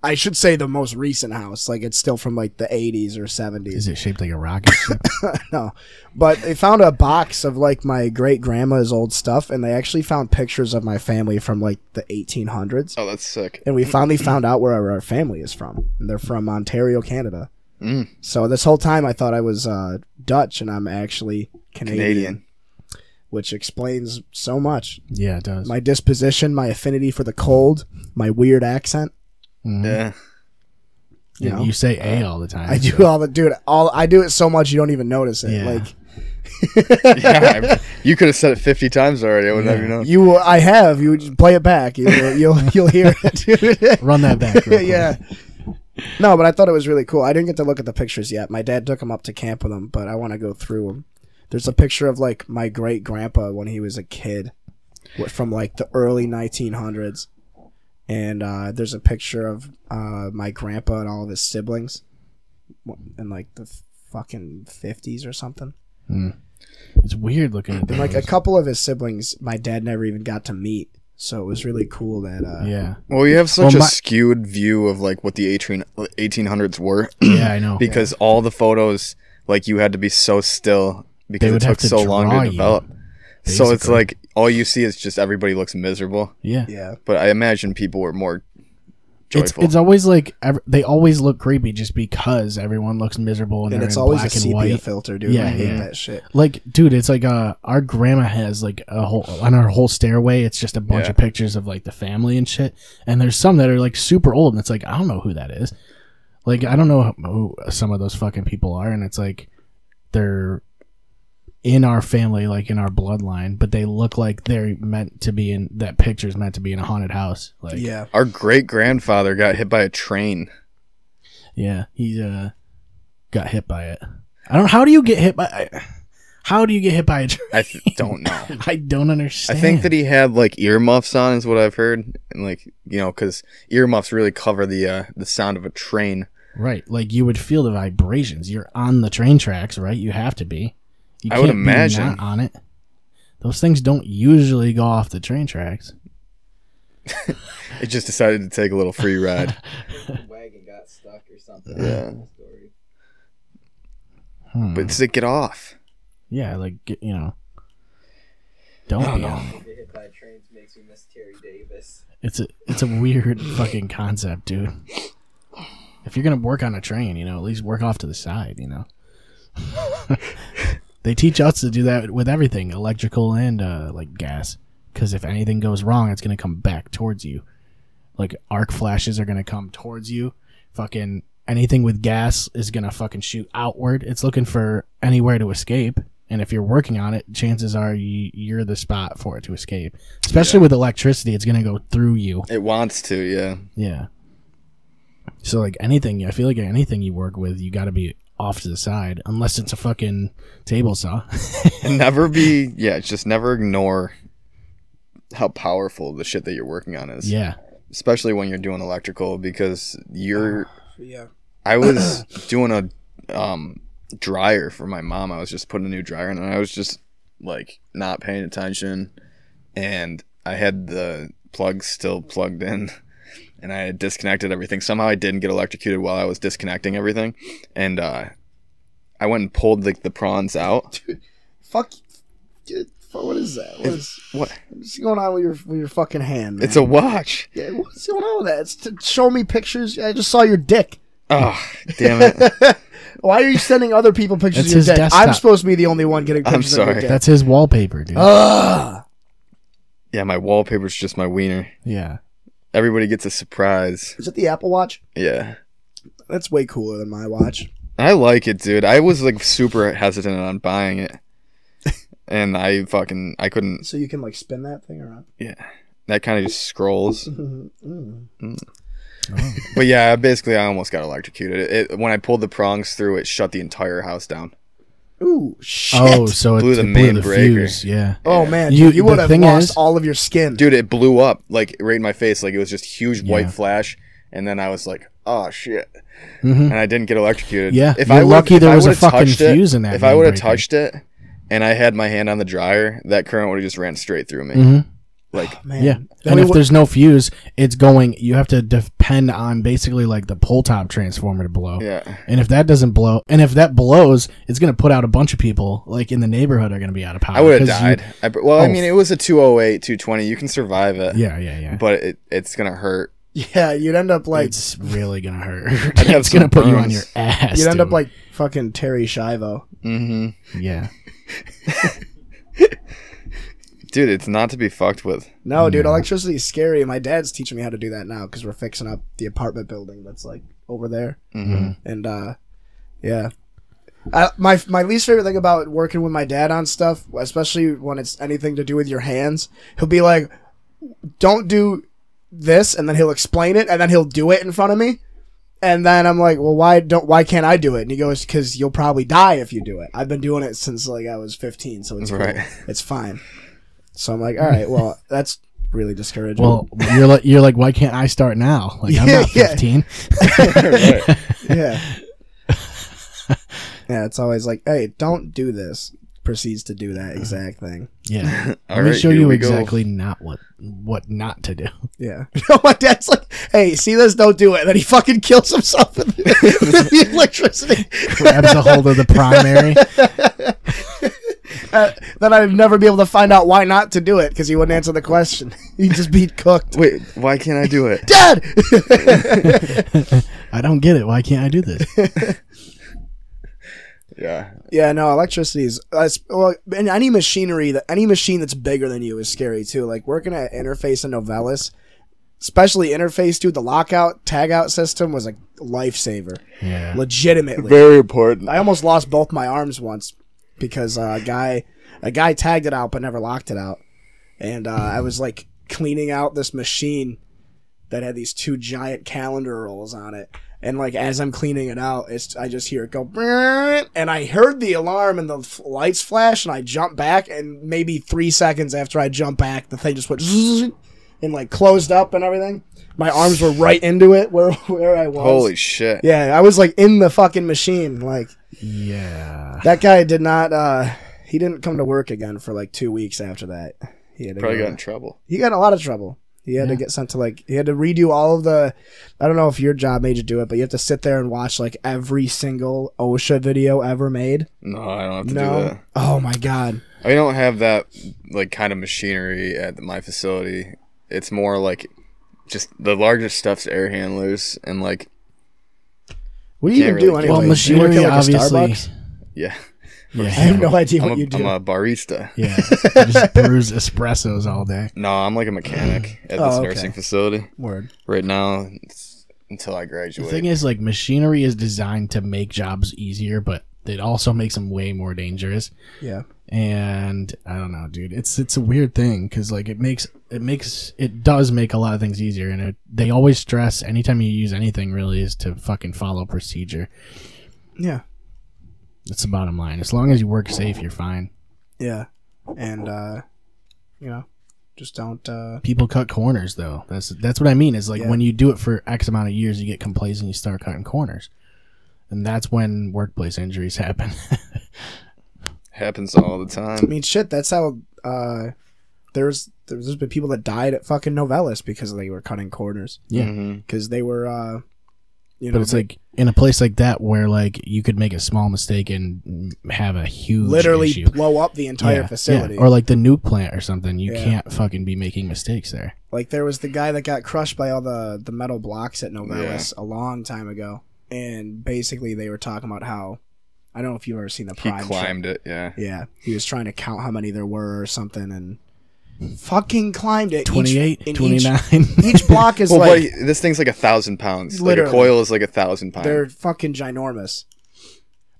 I should say the most recent house like it's still from like the 80s or 70s. Is it shaped like a rocket ship? no. But they found a box of like my great grandma's old stuff, and they actually found pictures of my family from like the 1800s. Oh, that's sick. And we finally found out where our family is from. And they're from Ontario, Canada. Mm. So this whole time I thought I was uh, Dutch, and I'm actually Canadian, Canadian. which explains so much. yeah, it does. My disposition, my affinity for the cold, my weird accent. Mhm. Yeah. You And know, you say A all the time. I do so- all the dude. All I do it so much you don't even notice it. Yeah. Like yeah I- you could have said it 50 times already. I would not have Yeah. known. you, will- I have you just play it back. You, you'll you'll hear it, dude. Run that back. real quick. yeah. No, but I thought it was really cool. I didn't get to look at the pictures yet. My dad took them up to camp with him, but I want to go through them. There's a picture of like my great grandpa when he was a kid, wh- from like the early 1900s, and uh, there's a picture of uh, my grandpa and all of his siblings, wh- in like the fucking 50s or something. It's weird looking at And like a those. couple of his siblings, my dad never even got to meet, so it was really cool that. Uh, Yeah. Well, you have such Well, a my- skewed view of like what the 18, 1800s were Yeah, I know. because all the photos, like you had to be so still because They it would have took to so long draw to you, develop. So it's basically. like all you see is just everybody looks miserable. Yeah. yeah. But I imagine people were more It's, joyful. it's always like ev- they always look creepy just because everyone looks miserable and, And they're it's in always a black sepia and white. filter, dude. Yeah, I hate yeah. that shit. Like, dude, it's like uh, our grandma has like a whole on our whole stairway. It's just a bunch Yeah. of pictures of like the family and shit. And there's some that are like super old, and it's like I don't know who that is. Like I don't know who some of those fucking people are, and it's like they're in our family, like in our bloodline, but they look like they're meant to be in that picture's meant to be in a haunted house. Like, Yeah. Our great grandfather got hit by a train. yeah, he uh, got hit by it. I don't. How do you get hit by? I, how do you get hit by a train? I th- don't know. I don't understand. I think that he had like earmuffs on, is what I've heard, and like you know, because earmuffs really cover the uh, the sound of a train. Right. Like you would feel the vibrations. You're on the train tracks, right? You have to be. You I would can't be imagine. not on it. Those things don't usually go off the train tracks. It just decided to take a little free ride. wagon got stuck or something. Yeah. Story. Hmm. but does it get off? yeah, like get- you know. Don't, be on it. Get hit by trains makes me miss Terry Davis. It's a it's a weird fucking concept, dude. If you're gonna work on a train, you know, at least work off to the side, you know. they teach us to do that with everything, electrical and uh, like gas, because if anything goes wrong, it's gonna come back towards you. Like arc flashes are gonna come towards you. Fucking anything with gas is gonna fucking shoot outward. It's looking for anywhere to escape. And if you're working on it, chances are you, you're the spot for it to escape. Especially with electricity, it's gonna go through you. It wants to, yeah. Yeah. So like anything, I feel like anything you work with, you got to be off to the side, unless it's a fucking table saw. And never be, yeah. Just never ignore how powerful the shit that you're working on is. yeah, Especially when you're doing electrical, because you're. Yeah. I was doing a um, dryer for my mom. I was just putting a new dryer in, and I was just like not paying attention, and I had the plug still plugged in, and I had disconnected everything. Somehow I didn't get electrocuted while I was disconnecting everything, and uh, I went and pulled like the prawns out. Fuck. Dude, fu- what is that? What is, What? what's going on with your with your fucking hand? Man? It's a watch. yeah, what's going on with that? It's to show me pictures. I just saw your dick. Oh, damn it! Why are you sending other people pictures That's of his your dick? I'm desktop. supposed to be the only one getting I'm pictures of your sorry. dick. that's his wallpaper, Oh. dude. Ugh. Yeah, my wallpaper's just my wiener. yeah, Everybody gets a surprise. Is it the Apple Watch? Yeah. That's way cooler than my watch. I like it, dude. I was like super hesitant on buying it. And I fucking I couldn't So you can like spin that thing around. that kind of just scrolls. Mm. But yeah, basically I almost got electrocuted. It, it- when I pulled the prongs through, it shut the entire house down. Ooh, shit. Oh, so it Blew blew the the, it main blew the breaker. fuse. Yeah. Oh man, You- dude, you, the would have thing lost is- all of your skin. dude it blew up like right in my face like it was just huge white Yeah. flash and then i was like oh shit Mhm. and i didn't get electrocuted Yeah, if you're i would've- lucky if there I was a would've fucking touched it- fuse in that if i would have windbreaker. touched it and i had my hand on the dryer that current would have just ran straight through me Mhm. like man. Yeah. I And mean, if wh- there's no fuse, it's going. You have to depend on basically like the pole top transformer to blow. yeah And if that doesn't blow, and if that blows, it's gonna put out a bunch of people like in the neighborhood are gonna be out of power. i would have 'cause you- died I, br- well i Oh. mean it was a 208 220 you can survive it yeah, yeah, yeah. but it, it's gonna hurt yeah, you'd end up like it's really gonna hurt. I'd have it's gonna some put you on burns. your ass. you'd end up dude. like fucking Terry Shivo. mm-hmm. yeah. dude it's not to be fucked with No, dude, electricity is scary. My dad's teaching me how to do that now because we're fixing up the apartment building that's like over there. Mhm. And uh, yeah, I, my my least favorite thing about working with my dad on stuff, especially when it's anything to do with your hands, he'll be like, "Don't do this," and then he'll explain it, and then he'll do it in front of me. And then I'm like, well, why don't why can't I do it? And he goes, because you'll probably die if you do it. I've been doing it since like I was 15, so it's cool. Right. it's fine. So I'm like, all right, well, that's really discouraging. Well, you're like you're like, why can't I start now? Like I'm Yeah, not yeah. 15. Right. yeah, yeah, it's always like, hey, don't do this. Proceeds to do that exact thing. Yeah. All Let me right, show here you we go. exactly not what what not to do. Yeah, my dad's like, hey, see this? Don't do it. And then he fucking kills himself with, with the electricity. Grabs a hold of the primary. Uh, then I'd never be able to find out why not to do it because he wouldn't answer the question. He'd just be cooked. wait why can't i do it Dad. I don't get it. Why can't I do this? yeah Yeah, no, electricity is that's well, and any machinery that any machine that's bigger than you is scary too. Like working at Interface and Novellus, especially Interface, dude, the lockout tagout system was a lifesaver, Yeah. legitimately. very important I almost lost both my arms once because uh, a guy a guy tagged it out but never locked it out, and uh, I was like cleaning out this machine that had these two giant calendar rolls on it. And like as I'm cleaning it out, it's I just hear it go, "Brrrr," and I heard the alarm and the f- lights flash, and I jump back, and maybe three seconds after I jump back, the thing just went zzz, and like closed up and everything. My arms were right into it where where I was. holy shit Yeah, I was like in the fucking machine. Like Yeah. that guy did not. uh He didn't come to work again for like two weeks after that. He had to probably go- got in trouble he got in a lot of trouble. He had to get sent to like he had to redo all of the. I don't know if your job made you do it, but you have to sit there and watch like every single OSHA video ever made. no i don't have to do that No, oh my god, I don't have that like kind of machinery at my facility. It's more like just the largest stuff's air handlers and like what do you Can't even do really- anyway? Well, Do you machinery work at, like, a obviously. Starbucks? yeah. I have Yeah. no idea I'm what a, you do. I'm a barista. Yeah. Just brews espressos all day. No, I'm like a mechanic at this Oh, okay. nursing facility Word. right now it's until I graduate. The thing is, like, machinery is designed to make jobs easier, but it also makes them way more dangerous. Yeah. And I don't know, dude. It's it's a weird thing because like it makes it makes it does make a lot of things easier, and it, they always stress anytime you use anything really is to fucking follow procedure. Yeah. That's the bottom line. As long as you work safe, you're fine. Yeah. And uh you know, just don't. uh People cut corners though. That's that's what I mean. Is like Yeah. when you do it for X amount of years, you get complacent, you start cutting corners, and that's when workplace injuries happen. happens all the I time. mean, shit, that's how uh, there's there's been people that died at fucking Novellis because they were cutting corners yeah. Mhm. because they were, uh, you know, But it's they- like in a place like that where like you could make a small mistake and have a huge literally issue. blow up the entire Yeah, facility. yeah. or like the nuke plant or something. You Yeah. can't fucking be making mistakes there. like there was the guy that got crushed by all the the metal blocks at Novellis a long time ago, and basically they were talking about how I don't know if you've ever seen the He prime show. climbed it, yeah. Yeah, he was trying to count how many there were or something, and fucking climbed it. Each- 28, and each- 29. Each, block is Well, like but he- this thing's like a thousand pounds. Literally. Like a coil is like a thousand pounds. They're fucking ginormous.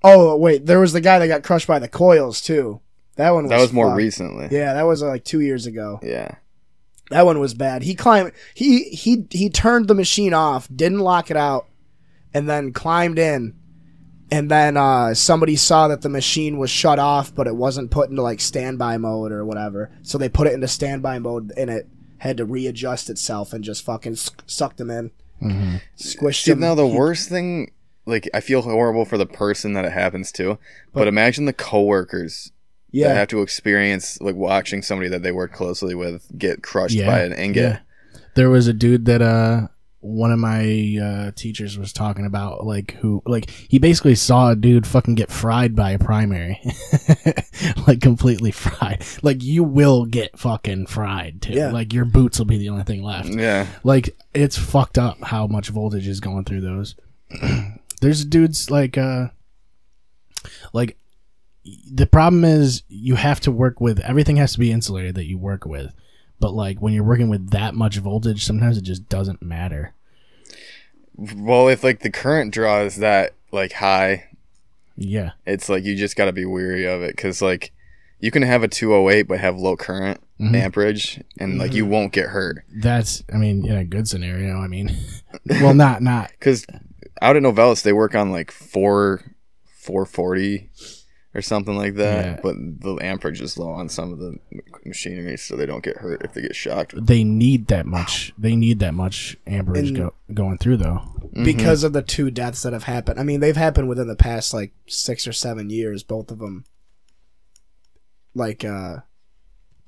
Oh wait, there was the guy that got crushed by the coils too. That one was that was more fucked. recently. Yeah, that was uh, like two years ago. Yeah. That one was bad. He climbed. He he he turned the machine off, didn't lock it out, and then climbed in and then uh, somebody saw that the machine was shut off, but it wasn't put into like standby mode or whatever. So they put it into standby mode, and it had to readjust itself and just fucking s- sucked them in, squished Mm-hmm. See, them. now the worst thing, like, I feel horrible for the person that it happens to, but, imagine the coworkers that yeah, have to experience, like, watching somebody that they work closely with get crushed Yeah, by an ingot. yeah. there was a dude that uh one of my uh teachers was talking about like who like he basically saw a dude fucking get fried by a primary like completely fried like you will get fucking fried too Yeah. like your boots will be the only thing left Yeah. like it's fucked up how much voltage is going through those there's dudes like uh like the problem is you have to work with everything has to be insulated that you work with but like when you're working with that much voltage sometimes it just doesn't matter Well, if, like, the current draw is that, like, high, yeah it's like you just got to be weary of it because, like, you can have a 208 but have low current Mhm. amperage and, like, you won't get hurt. that's i mean in a good scenario i mean well not not Because out at Novellus, they work on, like, 4 440 or something like that, Yeah. but the amperage is low on some of the m- machinery, so they don't get hurt if they get shocked. they need that much they need that much amperage And- go, going through though because of the two deaths that have happened. I mean, they've happened within the past like six or seven years, both of them. Like, uh,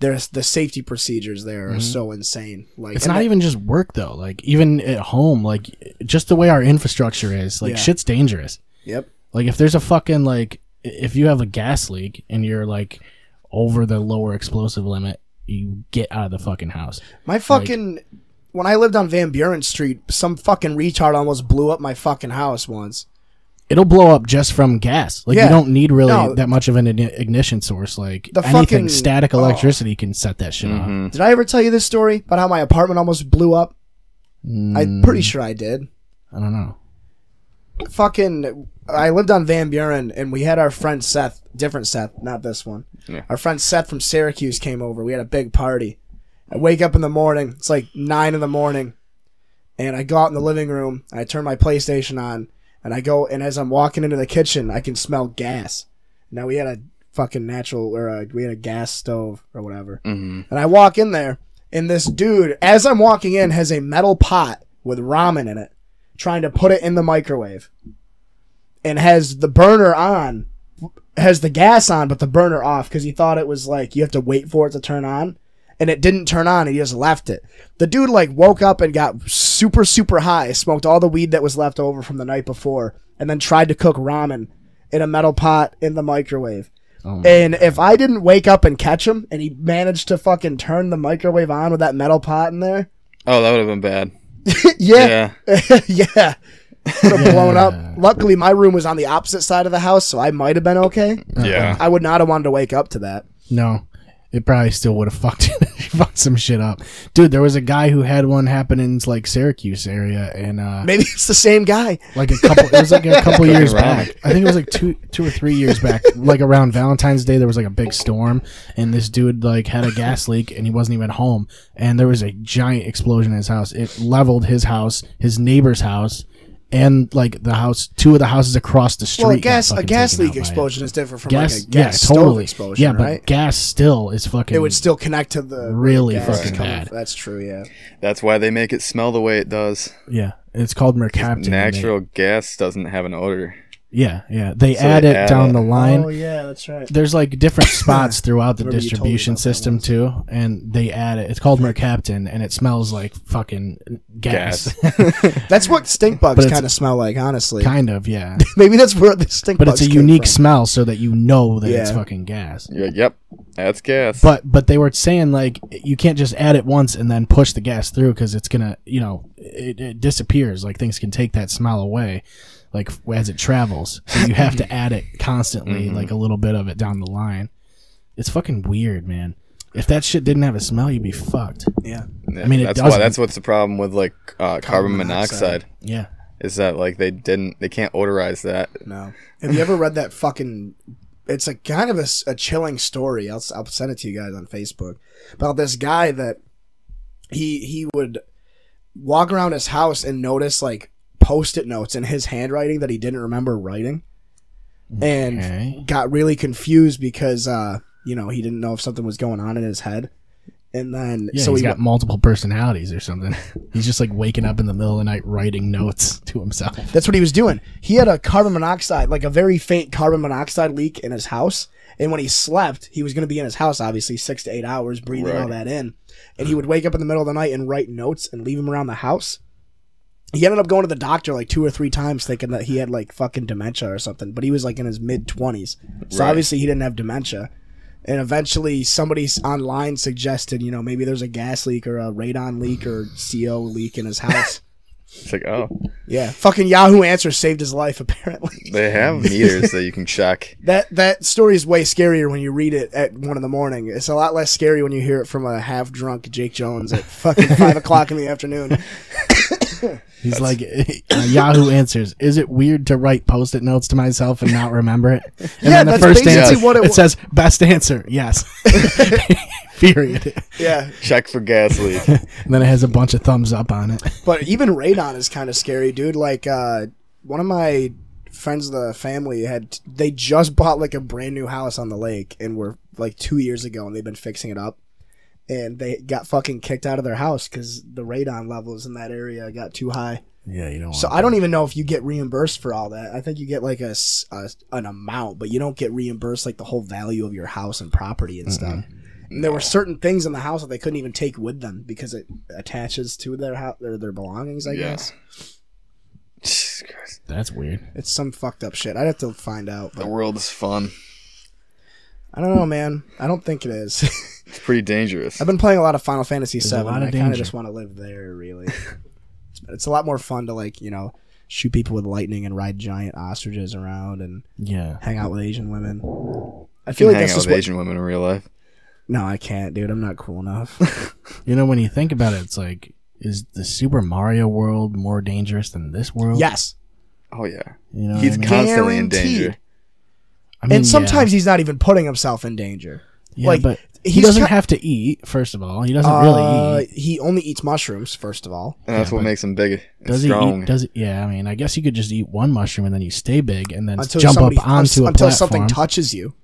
there's the safety procedures there are so insane. Like, Mm-hmm. It's and not they- even just work though. Like even at home, like just the way our infrastructure is, like Yeah. shit's dangerous. Yep. Like if there's a fucking like i- if you have a gas leak and you're like over the lower explosive limit, you get out of the fucking house. My fucking when I lived on Van Buren Street, some fucking retard almost blew up my fucking house once. It'll blow up just from gas. Like Yeah. you don't need really No. that much of an igni- ignition source. Like The anything fucking- Oh. Mm-hmm. static electricity can set that shit off. Did I ever tell you this story about how my apartment almost blew up? I'm pretty Mm. sure I did. I don't know. Fucking I lived on Van Buren and we had our friend Seth, different Seth, not this one. Our friend Seth from Syracuse came over. We had a big party. I wake up in the morning. It's like 9 in the morning. and I go out in the living room and I turn my PlayStation on and I go and as I'm walking into the kitchen I can smell gas. Now we had a fucking natural or a, we had a gas stove or whatever, and I walk in there and this dude as I'm walking in has a metal pot with ramen in it, trying to put it in the microwave, and has the burner on. Has the gas on, but the burner off because he thought it was like you have to wait for it to turn on and it didn't turn on and he just left it. The dude like woke up and got super super high, smoked all the weed that was left over from the night before and then tried to cook ramen in a metal pot in the microwave. and if I didn't wake up and catch him and he managed to fucking turn the microwave on with that metal pot in there, Oh, that would have been bad. yeah, Yeah. yeah. Would have blown up. Luckily, my room was on the opposite side of the house, so I might have been okay. Yeah. I would not have wanted to wake up to that. No, it probably still would have fucked fucked some shit up, dude. There was a guy who had one happen in like Syracuse area, and uh, Maybe it's the same guy. like a couple, it was like a couple years around. back. I think it was like two two or three years back, like around Valentine's Day. There was like a big storm, and this dude like had a gas leak, and he wasn't even home, and there was a giant explosion in his house. It leveled his house, his neighbor's house. And like the house, two of the houses across the street. Well, a got gas a fucking gas taken leak out by it. explosion is different from Gas, like a gas yeah, stove totally. explosion, yeah, but right? gas still is fucking. It would still connect to the really gas fucking coming- bad. That's true. Yeah. That's why they make it smell the way it does. Yeah, it's called mercaptan. Natural gas doesn't have an odor. They- yeah, yeah. They So add they it add down it. the line. Oh, yeah, that's right. There's like different spots throughout the Remember you told me distribution about that system too, and they add it. It's called mercaptan, and it smells like fucking gas. That's what stink But bugs it's- kind of smell like, honestly. kind of, yeah. Maybe that's where the stink. But bugs it's a came unique from. smell, so that you know that it's Yeah. fucking gas. You're like, yep, that's gas. But but they were saying like you can't just add it once and then push the gas through because it's gonna you know it, it disappears like things can take that smell away like as it travels so you have to add it constantly like a little bit of it down the line. It's fucking weird, man. If that shit didn't have a smell, you'd be fucked. Yeah. Yeah, I mean, it that's doesn't- why that's what's the problem with like uh, carbon monoxide. monoxide Yeah, is that like they didn't they can't odorize that. No. Have you ever read that fucking? It's a kind of a, s- a chilling story. I'll s- I'll send it to you guys on Facebook about this guy that he he would walk around his house and notice like post-it notes in his handwriting that he didn't remember writing. and Okay. got really confused because uh, you know he didn't know if something was going on in his head, and then Yeah, so he's he got multiple personalities or something. he's just like waking up in the middle of the night writing notes to himself. That's what he was doing. He had a carbon monoxide, like a very faint carbon monoxide leak in his house. And when he slept, he was going to be in his house, obviously, six to eight hours, breathing all Right. that in. And he would wake up in the middle of the night and write notes and leave them around the house. He ended up going to the doctor like two or three times thinking that he had like fucking dementia or something, but he was like in his mid 20s. So Right. obviously he didn't have dementia. And eventually somebody s- online suggested, you know, maybe there's a gas leak or a radon leak or CO leak in his house. It's like, oh, Yeah, fucking Yahoo Answers saved his life. Apparently, they have meters that you can check. that that story is way scarier when you read it at one in the morning. It's a lot less scary when you hear it from a half drunk Jake Jones at fucking five o'clock in the afternoon. He's like uh, Yahoo answers. Is it weird to write post-it notes to myself and not remember it? And Yeah, that's basically answer, what it wa- says best answer. Yes. Period. Yeah, Check for gas leak. And then it has a bunch of thumbs up on it. but even radon is kind of scary, dude. Like uh, one of my friends of the family had they just bought like a brand new house on the lake and were like two years ago, and they've been fixing it up. And they got fucking kicked out of their house because the radon levels in that area got too high. Yeah, you don't. So I don't even know if you get reimbursed for all that. I think you get like a, s- a- an amount, but you don't get reimbursed like the whole value of your house and property and stuff. And there were certain things in the house that they couldn't even take with them because it attaches to their house or their belongings. I Yeah. guess Jesus Christ. That's weird. it's some fucked up shit. I'd have to find out, The but world is fun. I don't know, man. I don't think it is. It's pretty dangerous. I've been playing a lot of Final Fantasy a VII. lot and of I kind danger. of just want to live there, really. It's- it's a lot more fun to like you know shoot people with lightning and ride giant ostriches around and Yeah. hang out with Asian women. You I feel can like hang that's out with just what. Asian women in real life. No, I can't, dude. I'm not cool enough. You know, when you think about it, it's like, is the Super Mario world more dangerous than this world? yes, Oh yeah, You know, what he's I mean? constantly in danger. Guaranteed. I mean, and yeah. sometimes he's not even putting himself in danger. yeah, like, but he he's doesn't ki- have to eat. First of all, he doesn't Uh, really eat. he only eats mushrooms, first of all. And that's Yeah, what but makes him big and Does strong. he eat? Does it? Yeah, I mean, I guess you could just eat one mushroom and then you stay big and then Until jump somebody, up onto a until platform. something touches you.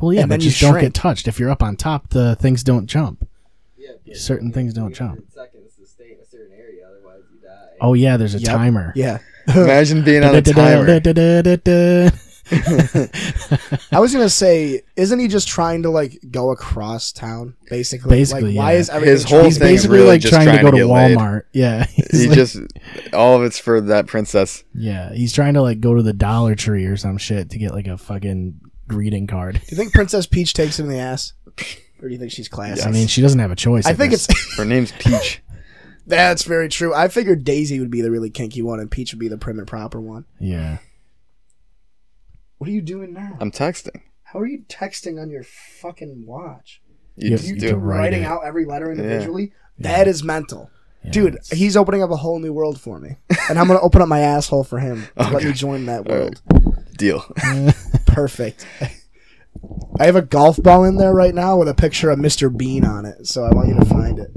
well, yeah, and but then you just don't get shrink. touched. If you're up on top, the things don't jump. Yeah, but Certain you things have don't jump. 300 Seconds to stay in a certain area, otherwise you die. Oh yeah, there's a Yep. timer. Yeah, Imagine being on a timer. Da-da-da-da-da-da-da. I was gonna say, isn't he just trying to like go across town, basically? Basically, like, why yeah. is everything His whole He's thing is basically really like just trying to trying go to to get laid. Walmart. Yeah, he's He like- just all of it's for that princess. yeah, he's trying to like go to the Dollar Tree or some shit to get like a fucking greeting card. Do you think Princess Peach takes him in the ass, or do you think she's classy? I mean, she doesn't have a choice. I at think this- it's Her name's Peach. that's very true. I figured Daisy would be the really kinky one, and Peach would be the prim and proper one. yeah. What are you doing now? I'm texting. How are you texting on your fucking watch? You Yeah, just you do. do it. Right Writing it. out every letter individually? Yeah. That is mental. Yeah, Dude, it's- he's opening up a whole new world for me. And I'm going to open up my asshole for him. to Let me join that world. Deal. Perfect. I have a golf ball in there right now with a picture of Mr. Bean on it, so I want you to find it.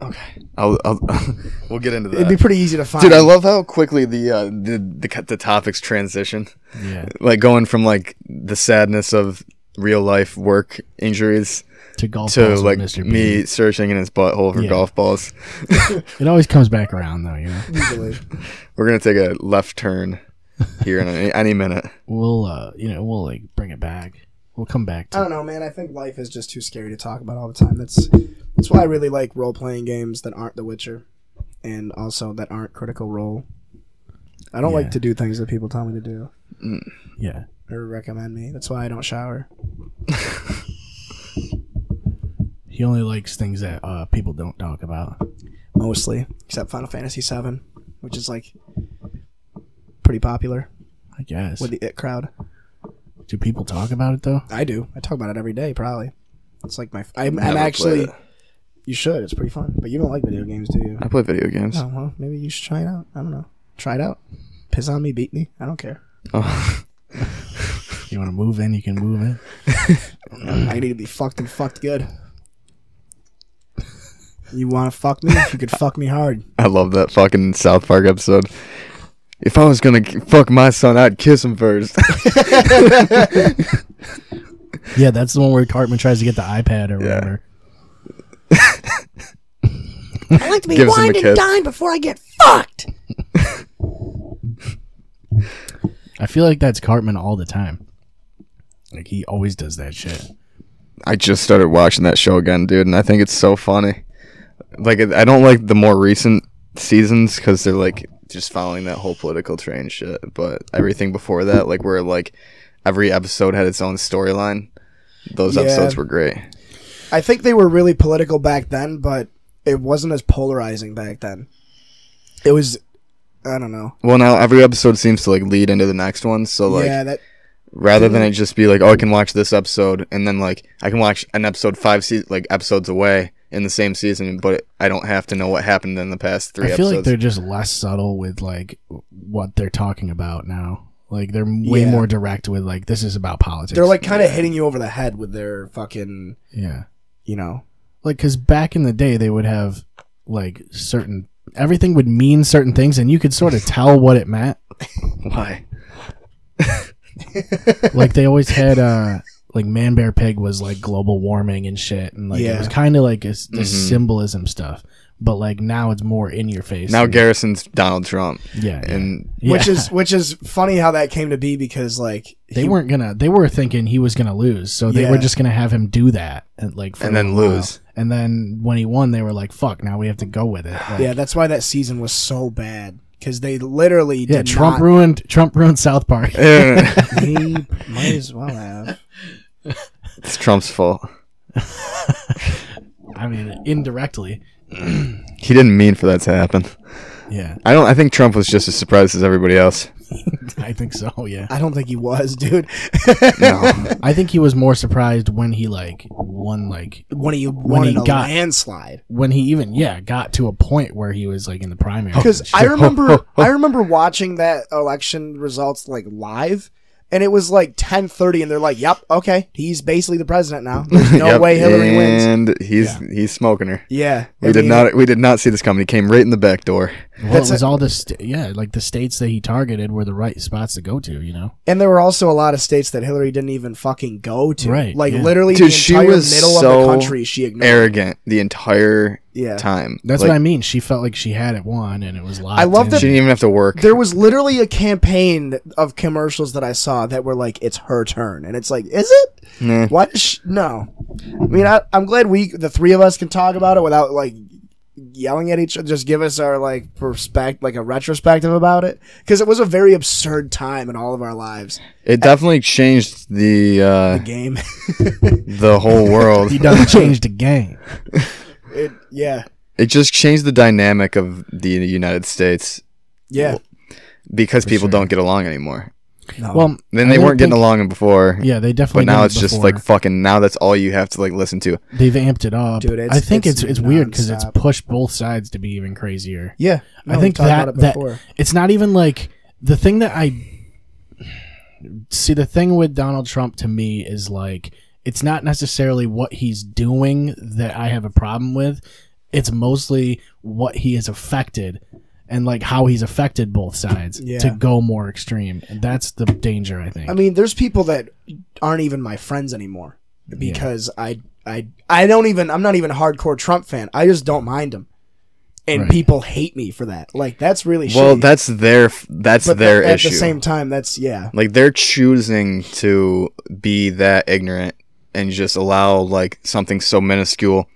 Okay. I'll. I'll we'll get into It'd be that. pretty easy to find. Uh, Um, Dude, I love how quickly the uh, the, the co- the topics transition. yeah. Like going from like the sadness of real life work injuries To golf to balls with like Mr. me Bean. searching in his butthole for Yeah. golf balls. It always comes back around though. You know, Easily. We're gonna take a left turn here in any, any minute. we'll uh, you know, we'll like bring it back. We'll come back I to. don't know, man. I think life is just too scary to talk about all the time. That's that's why I really like role playing games that aren't The Witcher, and also that aren't Critical Role. I don't Yeah. like to do things that people tell me to do Yeah. or recommend me. That's why I don't shower. He only likes things that uh, people don't talk about. mostly, except Final Fantasy VII, which is like pretty popular I guess. with the it crowd. Do people talk about it though? I do. I talk about it every day, probably. It's like my. I'm, Never I'm played actually. it. You should. It's pretty fun. But you don't like video games, do you? I play video games. Oh well, maybe you should try it out. I don't know. Try it out. Piss on me, beat me. I don't care. Oh. You want to move in? You can move in. I need to be fucked and fucked good. You want to fuck me? You could fuck me hard. I love that fucking South Park episode If I was gonna k- fuck my son, I'd kiss him first. Yeah, that's the one where Cartman tries to get the iPad or whatever. I like to be Gives him a wined and kiss. dined before I get fucked. I feel like that's Cartman all the time. Like he always does that shit. I just started watching that show again, dude, and I think it's so funny. Like, I I don't like the more recent seasons because they're like just following that whole political train shit. But everything before that, like, where like every episode had its own storyline. Those Yeah. episodes were great. I think they were really political back then, but it wasn't as polarizing back then. It was, I don't know. Well, now every episode seems to like lead into the next one. So like, yeah, that rather than it just be like, oh, I can watch this episode, and then like I can watch an episode five se- like episodes away in the same season, but I don't have to know what happened in the past three I feel like episodes. they're just less subtle with like what they're talking about now. Like they're way Yeah. more direct with like this is about politics. they're like kind of hitting you over the head with their fucking, yeah, you know. like because back in the day they would have like certain everything would mean certain things and you could sort of tell what it meant. Why? like they always had uh like man bear pig was like global warming and shit and like it Yeah. Mm-hmm. was kind of like this this Mhm. symbolism stuff but like now it's more in your face Now And- Garrison's Donald Trump, yeah, yeah. and Yeah. Which is which is funny how that came to be because like they he- weren't gonna they were thinking he was gonna lose so they were Yeah. just gonna have him do that and like for And then a while. lose. and then when he won they were like fuck now we have to go with it Like, Yeah, that's why that season was so bad because they literally yeah did trump not- ruined trump ruined south park He might as well have. it's Trump's fault. i mean indirectly He didn't mean for that to happen. yeah I don't. I think Trump was just as surprised as everybody else. i think so yeah I don't think he was, dude. i think he was more surprised when he like won like when he won he in a got- landslide. when he even yeah got to a point where he was like in the primary Oh, Because I remember, I remember watching that election results like live, and it was like ten thirty, and they're like, "Yep, okay, he's basically the president now. There's no Yep, way Hillary wins." and he's he's smoking her. Yeah, We I did mean, not. We did not see this coming. He came right in the back door. well, it that's was a- all the st- yeah like the states that he targeted were the right spots to go to you know And there were also a lot of states that Hillary didn't even fucking go to. Right, like yeah. literally Dude, the she entire was middle so of the country. She ignored. Arrogant the entire yeah, time. that's Like, what I mean she felt like she had it won and it was locked I love in. that- She didn't even have to work. there was literally a campaign of commercials that I saw that were like, "It's her turn," and it's like, "Is it? Nah. Why does she? No." I mean, I, I'm glad we, the three of us, can talk about it without like yelling at each other. Just give us our like perspective, like a retrospective about it, because it was a very absurd time in all of our lives. It definitely changed the uh, The game, the whole world. he doesn't change the game it, yeah, it just changed the dynamic of the United States yeah. because people don't get along anymore. No. well Then I they don't weren't getting think- along before. yeah they But definitely now didn't it's just before. like fucking. Now that's all you have to like listen to. they've amped it up Dude, it's- I think it's it's it's, weird because it's nonstop. pushed both sides to be even crazier yeah, No, I we think talked that, that before. it's not even like the thing that I see the thing with Donald Trump to me is like it's not necessarily what he's doing that I have a problem with. It's mostly what he has affected and like how he's affected both sides Yeah. to go more extreme. And that's the danger I think. I mean, there's people that aren't even my friends anymore because I I I don't even I'm not even a hardcore Trump fan. I just don't mind him, and Right. people hate me for that. Like that's really Well, shitty. that's their f- that's but their at issue. the same time, that's yeah. like they're choosing to be that ignorant and just allow like something so minuscule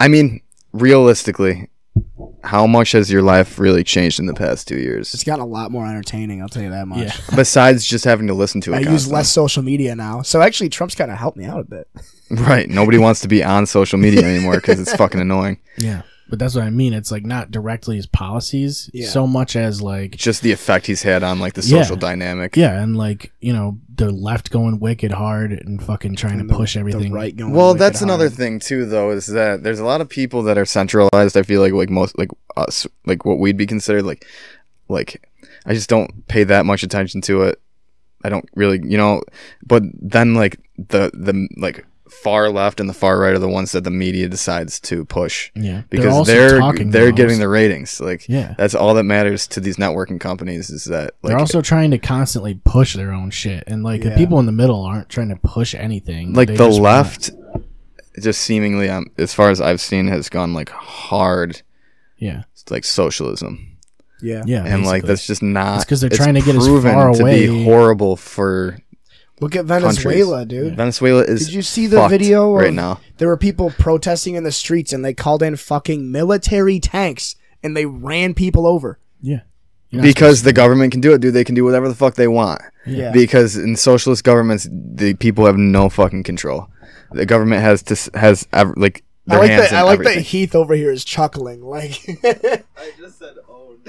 i mean realistically how much has your life really changed in the past two It's years gotten a lot more entertaining. I'll tell you that much. yeah. besides just having to listen to it I use constantly? less social media now, so actually, Trump's kind of helped me out a bit. right nobody wants to be on social media anymore because it's fucking annoying Yeah. But that's what I mean. It's like not directly his policies Yeah. so much as like just the effect he's had on like the Yeah. social dynamic yeah, and like, you know, the left going wicked hard and fucking trying to push everything. The right going. well wicked that's another hard. thing too though is that there's a lot of people that are centralized i feel like like most like us like what we'd be considered like like i just don't pay that much attention to it i don't really you know but then like the the like far left and the far right are the ones that the media decides to push Yeah, because also they're they're, talking about getting us. the ratings. Like Yeah. that's all that matters to these networking companies is that like they're also trying to constantly push their own shit, and like the Yeah. people in the middle aren't trying to push anything. like They the just wanna- left just seemingly um, as far as I've seen has gone like hard yeah, like socialism. Yeah. yeah, and like Uh, basically. that's just not It's 'cause they're trying to get as proven far to away- be horrible for Look at Venezuela, dude. Venezuela is Did you see the fucked video? right of- now? There were people protesting in the streets, and they called in fucking military tanks, and they ran people over. yeah, You're not Because the government can do it, dude. They can do whatever the fuck they want. Yeah. Because in socialist governments, the people have no fucking control. The government has to s- has ev- like I their like hands that. in I like that everything. Heath over here is chuckling. Like, I just said owned.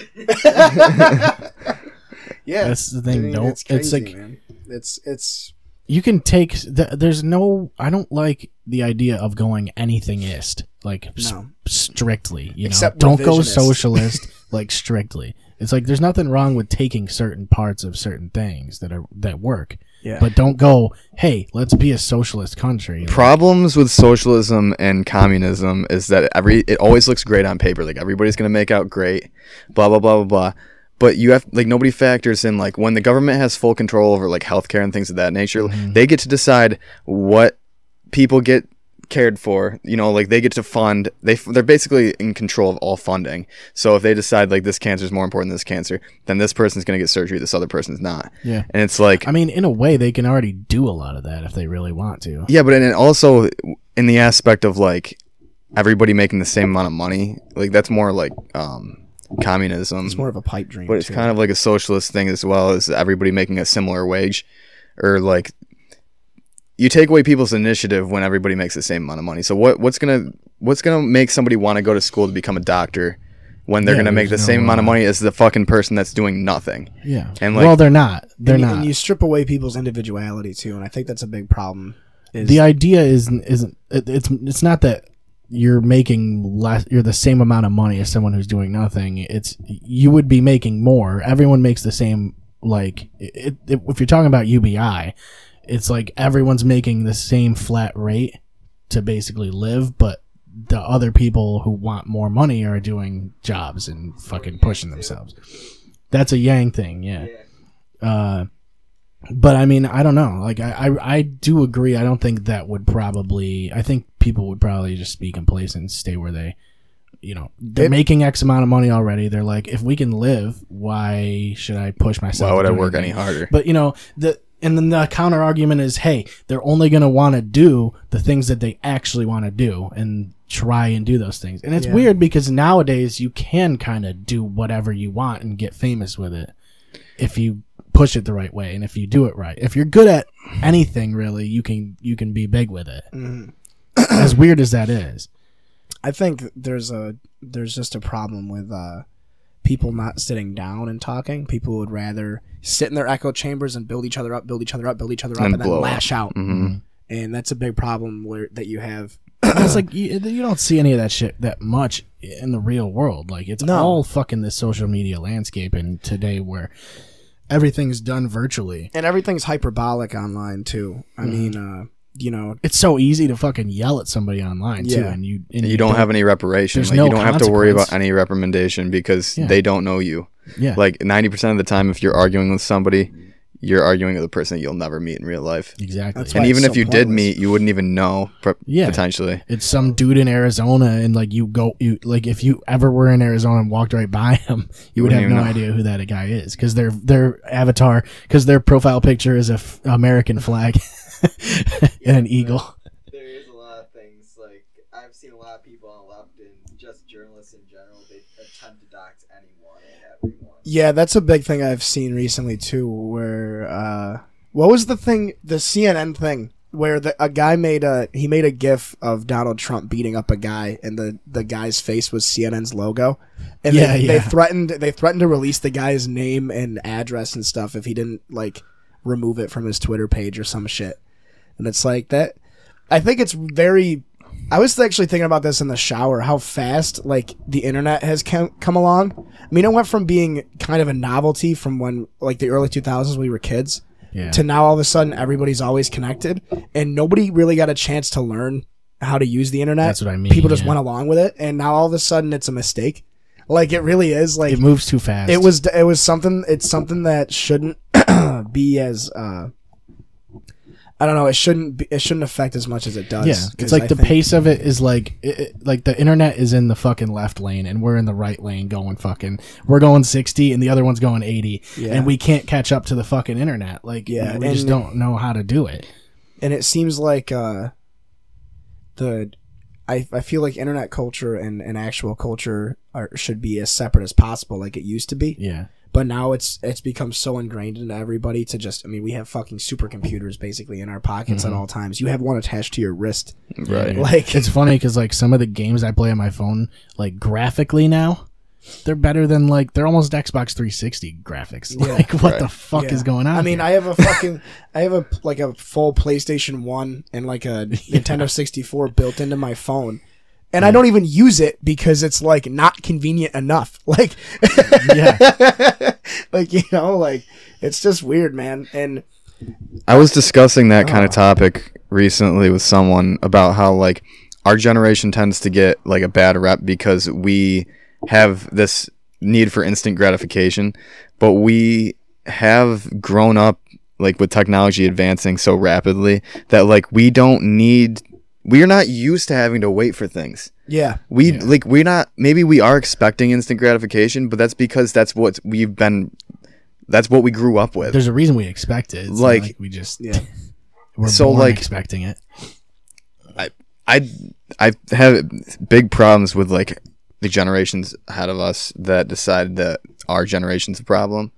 yeah, That's the thing, don't- it's, it's crazy, like- man. it's it's you can take th- there's no i don't like the idea of going anythingist like s- No. strictly you Except know don't go revisionist. socialist like strictly it's like there's nothing wrong with taking certain parts of certain things that are that work Yeah. but don't go hey let's be a socialist country Problems with socialism and communism is that every it always looks great on paper. Like everybody's gonna make out great, blah blah blah blah blah. But you have like nobody factors in like when the government has full control over like healthcare and things of that nature. They get to decide what people get cared for you know like they get to fund they they're basically in control of all funding so if they decide like this cancer is more important than this cancer then this person's going to get surgery this other person's not Yeah. and it's like i mean in a way they can already do a lot of that if they really want to yeah, but and it also in the aspect of like everybody making the same amount of money, like that's more like um, communism. more of a pipe dream. but it's kind of like a socialist thing as well as everybody making a similar wage, or like you take away people's initiative when everybody makes the same amount of money. So what what's gonna what's gonna make somebody want to go to school to become a doctor when they're Yeah, gonna make the there's no, same amount of uh, money as the fucking person that's doing nothing? yeah And, like- well they're not they're and, you- not and you strip away people's individuality too, and I think that's a big problem. Is the idea isn't isn't it, it's it's not that you're making less you're the same amount of money as someone who's doing nothing it's you would be making more everyone makes the same like it, it, if you're talking about ubi it's like everyone's making the same flat rate to basically live but the other people who want more money are doing jobs and fucking pushing themselves that's a yang thing yeah uh but I mean, I don't know. Like, I, I, I do agree. I don't think that would probably. I think people would probably just be complacent and stay where they, you know, they're It- making X amount of money already. They're like, if we can live, why should I push myself? Why would to I do work any anything? harder? But you know the and then the counter argument is, hey, they're only going to want to do the things that they actually want to do and try and do those things. And it's Yeah. weird because nowadays you can kind of do whatever you want and get famous with it if you push it the right way and if you do it right. If you're good at anything really, you can you can be big with it. as weird as that is. I think there's a there's just a problem with uh, people not sitting down and talking. People would rather sit in their echo chambers and build each other up, build each other up, build each other up, And and, blow then up. lash out. Mhm. And that's a big problem where that you have. it's like you, you don't see any of that shit that much in the real world. Like it's No. all fucking this social media landscape and today where everything's done virtually. And everything's hyperbolic online too. Mm-hmm. I mean, uh, you know, It's so easy to fucking yell at somebody online too, Yeah. and you and And you don't have any reparation. there's Like no you don't have to worry about consequence. any reprimandation because Yeah. they don't know you. yeah. Like ninety percent of the time, if you're arguing with somebody, you're arguing with a person that you'll never meet in real life. exactly. That's And why even it's if so you did pointless. meet, you wouldn't even know pr- Yeah. potentially. It's some dude in Arizona, and like you go, you like if you ever were in Arizona and walked right by him, you would Wouldn't have even no know. idea who that guy is because their their avatar, because their profile picture is a f- American flag and an eagle. there is a lot of things like I've seen a lot of people on the left and just journalists in general. They attempt to dox anyone and everyone. yeah, that's a big thing I've seen recently too. Where uh, what was the thing? The CNN thing where the, a guy made a he made a gif of Donald Trump beating up a guy, and the the guy's face was CNN's logo, and Yeah, they, yeah. they threatened they threatened to release the guy's name and address and stuff if he didn't like remove it from his Twitter page or some shit. And it's like that. I think it's very. I was actually thinking about this in the shower. How fast like the internet has come come along. I mean, it went from being kind of a novelty from when like the early two thousands we were kids Yeah. to now all of a sudden everybody's always connected and nobody really got a chance to learn how to use the internet. That's what I mean, People just yeah. went along with it and now all of a sudden it's a mistake. Like it really is like it moves too fast. it was it was something it's something that shouldn't be as uh I don't know. It shouldn't. Be, it shouldn't affect as much as it does. Yeah, 'cause it's like I the think- pace of it is like it, it- like the internet is in the fucking left lane and we're in the right lane going fucking we're going 60 and the other one's going 80 Yeah. and we can't catch up to the fucking internet like Yeah, yeah, we just and- don't know how to do it. and it seems like uh the I, I feel like internet culture and, and actual culture are, should be as separate as possible like it used to be Yeah. but now it's it's become so ingrained into everybody to just i mean we have fucking supercomputers basically in our pockets Mm-hmm. at all times you have one attached to your wrist Right. like It's funny cuz like some of the games I play on my phone like graphically now they're better than like they're almost Xbox 360 graphics. like what the fuck yeah. is going on? i mean here? i have a fucking i have a like a full playstation 1 and like a nintendo 64 built into my phone and i Mm. don't even use it because it's like not convenient enough like yeah. like you know like it's just weird man and I was discussing that kind of topic recently with someone about how like our generation tends to get like a bad rep because we have this need for instant gratification, but we have grown up like with technology advancing so rapidly that like we don't need we're not used to having to wait for things. yeah We like we're not maybe we are expecting instant gratification, but that's because that's what we've been that's what we grew up with. There's a reason we expect it. It's not Like- like we just yeah we're So, born like- expecting it. I I have big problems with like the generations ahead of us that decide that our generation's a problem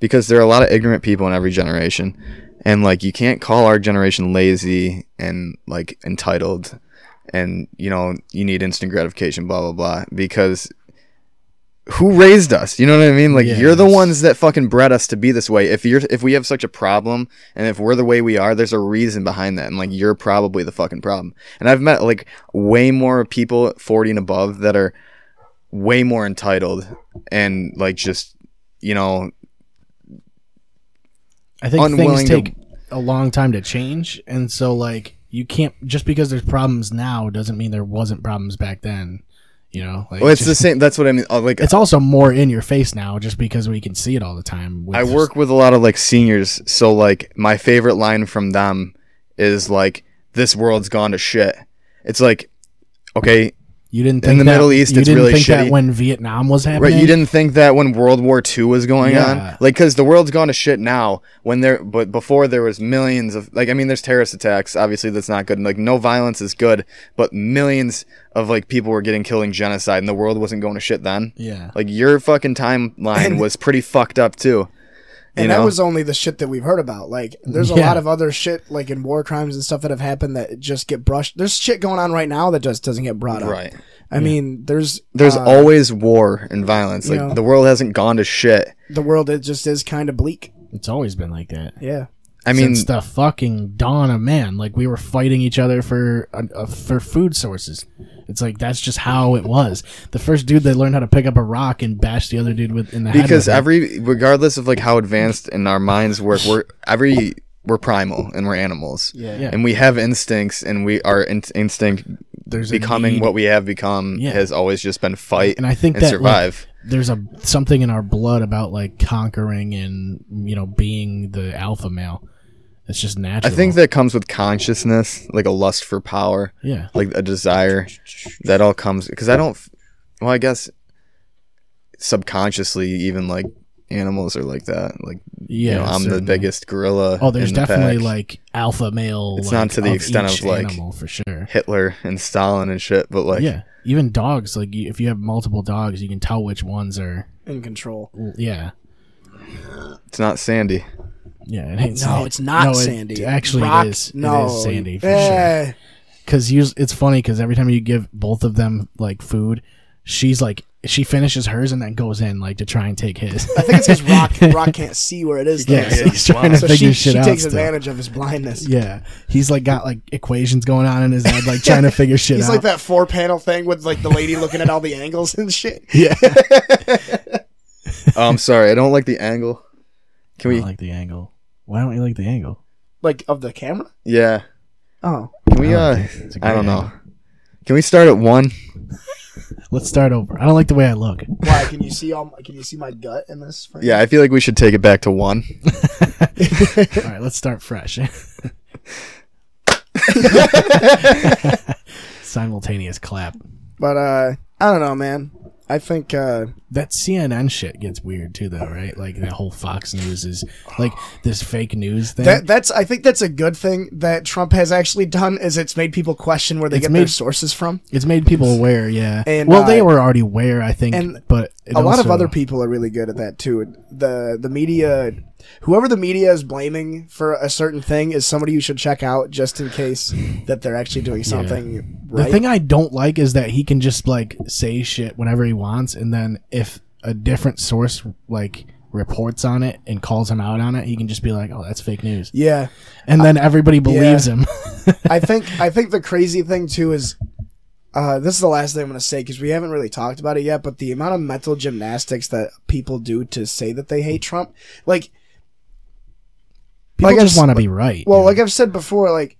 because there are a lot of ignorant people in every generation and like you can't call our generation lazy and like entitled and you know you need instant gratification blah blah blah because who raised us you know what i mean like you're the Yes. ones that fucking bred us to be this way if you're if we have such a problem and if we're the way we are there's a reason behind that and like you're probably the fucking problem and i've met like way more people 40 and above that are way more entitled and like just you know I think unwilling things to- take a long time to change, and so like you can't just because there's problems now doesn't mean there wasn't problems back then. You know, like well, it's just- the same that's what i mean Uh, like it's also more in your face now just because we can see it all the time. with I just- work with a lot of like seniors, so like my favorite line from them is like, "This world's gone to shit." It's like, okay, You didn't think the that- Middle East, You it's didn't really think shitty. that when Vietnam was happening. right? You didn't think that when World War II was going Yeah. on, like, because the world's gone to shit now. When there, but before there was millions of like, I mean, there's terrorist attacks. Obviously, that's not good. And, like, no violence is good, but millions of like people were getting killed in genocide, and the world wasn't going to shit then. Yeah. Like your fucking timeline was pretty fucked up too. You and know? that was only the shit that we've heard about. Like, there's a Yeah. lot of other shit, like in war crimes and stuff that have happened that just get brushed. There's shit going on right now that just doesn't get brought up. right. I mean, there's There's uh, always war and violence. you Like know. the world hasn't gone to shit. the world. It just is kind of bleak. It's always been like that. Yeah, I mean, Since the fucking dawn of man, like we were fighting each other for uh, uh, for food sources. It's like that's just how it was. The first dude that learned how to pick up a rock and bash the other dude with in the head because with it. every, regardless of like how advanced in our minds work, we're every we're primal and we're animals. Yeah. And we have instincts, and we our in- instinct There's a becoming need. what we have become Yeah. has always just been fight and I think and that survive. Like, there's a something in our blood about like conquering and you know being the alpha male. It's just I natural. think that comes with consciousness, like a lust for power, yeah, like a desire. That all comes because I don't. f- Well, I guess subconsciously, even like animals are like that. Like yeah. you know, I'm the certainly. biggest gorilla. Oh, there's in the definitely pack. like alpha male. It's like, not to the of extent each of, like- animal for sure. Hitler and Stalin and shit, but like yeah, even dogs. Like you- if you have multiple dogs, you can tell which ones are. in control. Yeah, it's not Sandy. yeah. It ain't Oh, Sandy. No, it's not No, it Sandy. actually, Rock- it is. No, it is Sandy for sure. Eh, because it's funny because every time you give both of them like food, she's like she finishes hers and then goes in like to try and take his. I think it's because Rock Rock can't see where it is. Though, Yeah, so, he's trying to so figure she, shit she out. takes still. advantage of his blindness. Yeah, he's like got like equations going on in his head, like trying to figure shit He's out. like that four panel thing with like the lady looking at all the angles and shit. Yeah, Oh, I'm sorry, I don't like the angle. Can I we? like the angle. Why don't you like the angle? Like of the camera? Yeah. Oh. Can we? I Uh, like it. It's a I great don't know. angle. Can we start at one? Let's start over. I don't like the way I look. Why can you see all my, can you see my gut in this frame? Yeah, I feel like we should take it back to one. All right, let's start fresh. Simultaneous clap. But uh I don't know, man. I think uh That CNN shit gets weird too, though, right? Like the whole Fox News is like this fake news thing. that that's I think that's a good thing that Trump has actually done is it's made people question where they It's get made- their sources from. it's made people aware, yeah. And, well, they uh, were already aware, I think, and but it a lot of also- other people are really good at that too. The the media, whoever the media is blaming for a certain thing, is somebody you should check out just in case that they're actually doing something The right. thing I don't like is that he can just like say shit whenever he wants, and then if a different source like reports on it and calls him out on it, he can just be like, "Oh, that's fake news," yeah, and then everybody believes him. I think I think the crazy thing too is. Uh, this is the last thing I'm going to say because we haven't really talked about it yet, but the amount of mental gymnastics that people do to say that they hate Trump, like, People Like I just s- want to be right. well, you like I've said before, like,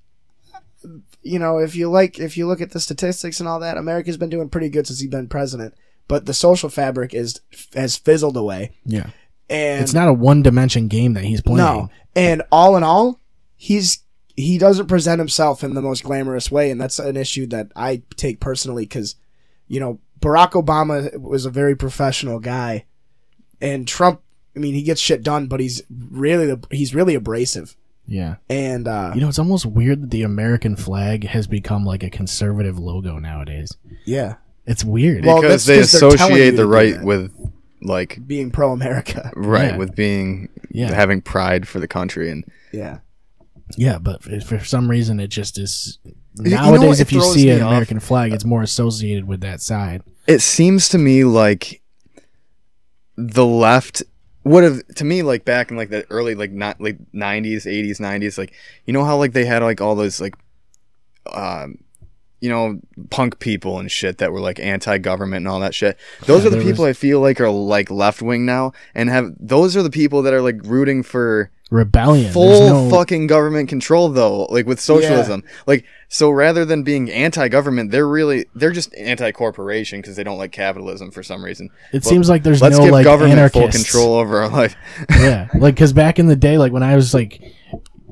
you know, if you like, if you look at the statistics and all that, America's been doing pretty good since he's been president, but the social fabric is has fizzled away, know? yeah, and it's not a one-dimension game that he's playing. no, and all in all, he's he doesn't present himself in the most glamorous way, and that's an issue that I take personally because, you know, Barack Obama was a very professional guy, and Trump, I mean, he gets shit done, but he's really the, he's really abrasive, yeah. and uh, You know, it's almost weird that the American flag has become like a conservative logo nowadays. yeah, It's weird. Well, because that's they 'cause they're telling you associate to the do right that. with like being pro America, right Yeah. with being yeah, having pride for the country and yeah. yeah, but f- for some reason, it just is. you know Nowadays, what if you throws see me an off? American flag, it's more associated with that side. it seems to me like the left would have to me like back in like the early like not like 90s 80s 90s like you know how like they had like all those like um you know punk people and shit that were like anti-government and all that shit those Yeah, are the there people i feel like are like left wing now and have those are the people that are like rooting for Rebellion. There's full no, fucking government control though like with socialism like so rather than being anti-government they're really they're just anti-corporation because they don't like capitalism for some reason It seems like there's let's no give like government full anarchists. control over our life yeah, like because back in the day, like when I was like,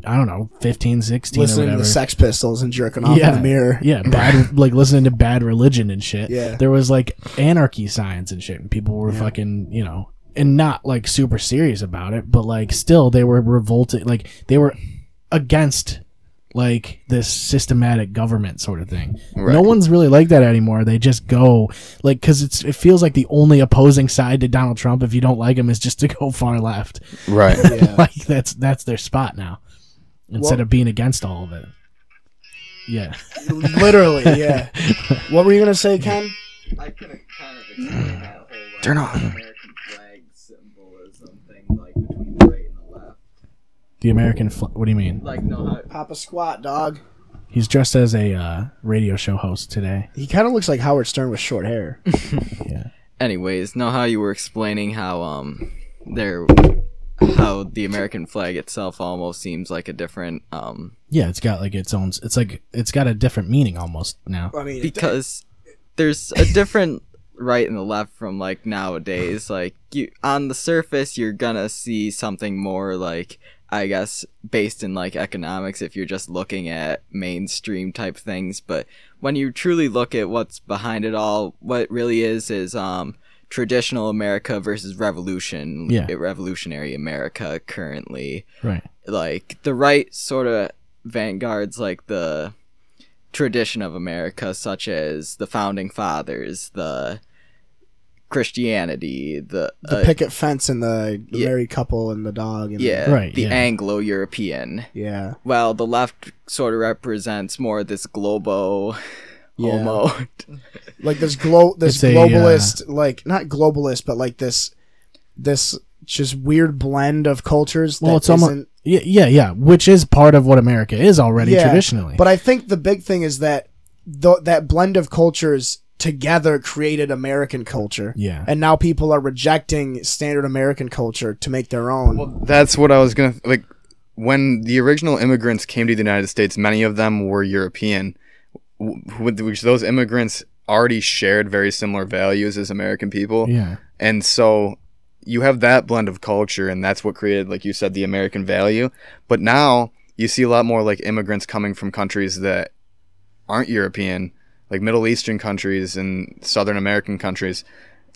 I don't know, 15, 16 or Listening to whatever. the Sex Pistols and jerking off yeah, in the mirror. yeah, bad like listening to bad religion and shit. Yeah. there was like anarchy signs and shit, and people were fucking you know, and not like super serious about it, but like still they were revolting, like they were against like this systematic government sort of thing. No Right. one's really like that anymore. They just go like because it's it feels like the only opposing side to Donald Trump, if you don't like him, is just to go far left. right like that's that's their spot now instead Well- of being against all of it yeah Literally, yeah. what were you gonna say, Ken? I could have kind of explained that whole like, Turn off. American flag symbolism thing, like between the right and the left. the american fl- what do you mean Like, no, how, Papa Squat, dog. he's dressed as a uh, radio show host today He kind of looks like Howard Stern with short hair. Anyways, know how you were explaining how um there how the American flag itself almost seems like a different um yeah it's got like its own it's like it's got a different meaning almost now I mean, because there's a different right and the left from like nowadays like you on the surface you're gonna see something more like i guess based in like economics if you're just looking at mainstream type things but when you truly look at what's behind it all what it really is is um traditional america versus revolution Yeah. revolutionary america currently right like the right sort of vanguards like the tradition of America, such as the founding fathers, the Christianity, the, the uh, picket fence and the, the yeah. married couple and the dog. And yeah, Right, the yeah. Anglo-European. yeah. Well, the left sort of represents more this globo, Yeah. homo. Like this glo this It's a, uh, globalist, like not globalist, but like this this just weird blend of cultures. well that it's almost isn't- yeah, yeah yeah which is part of what america is already traditionally But I think the big thing is that th- that blend of cultures together created American culture. Yeah. And now people are rejecting standard American culture to make their own. that's what i was gonna like when the original immigrants came to the United States, many of them were European, w- with which those immigrants already shared very similar values as American people. Yeah. And so you have that blend of culture, and that's what created, like you said, the American value. But now you see a lot more like immigrants coming from countries that aren't European, like Middle Eastern countries and Southern American countries,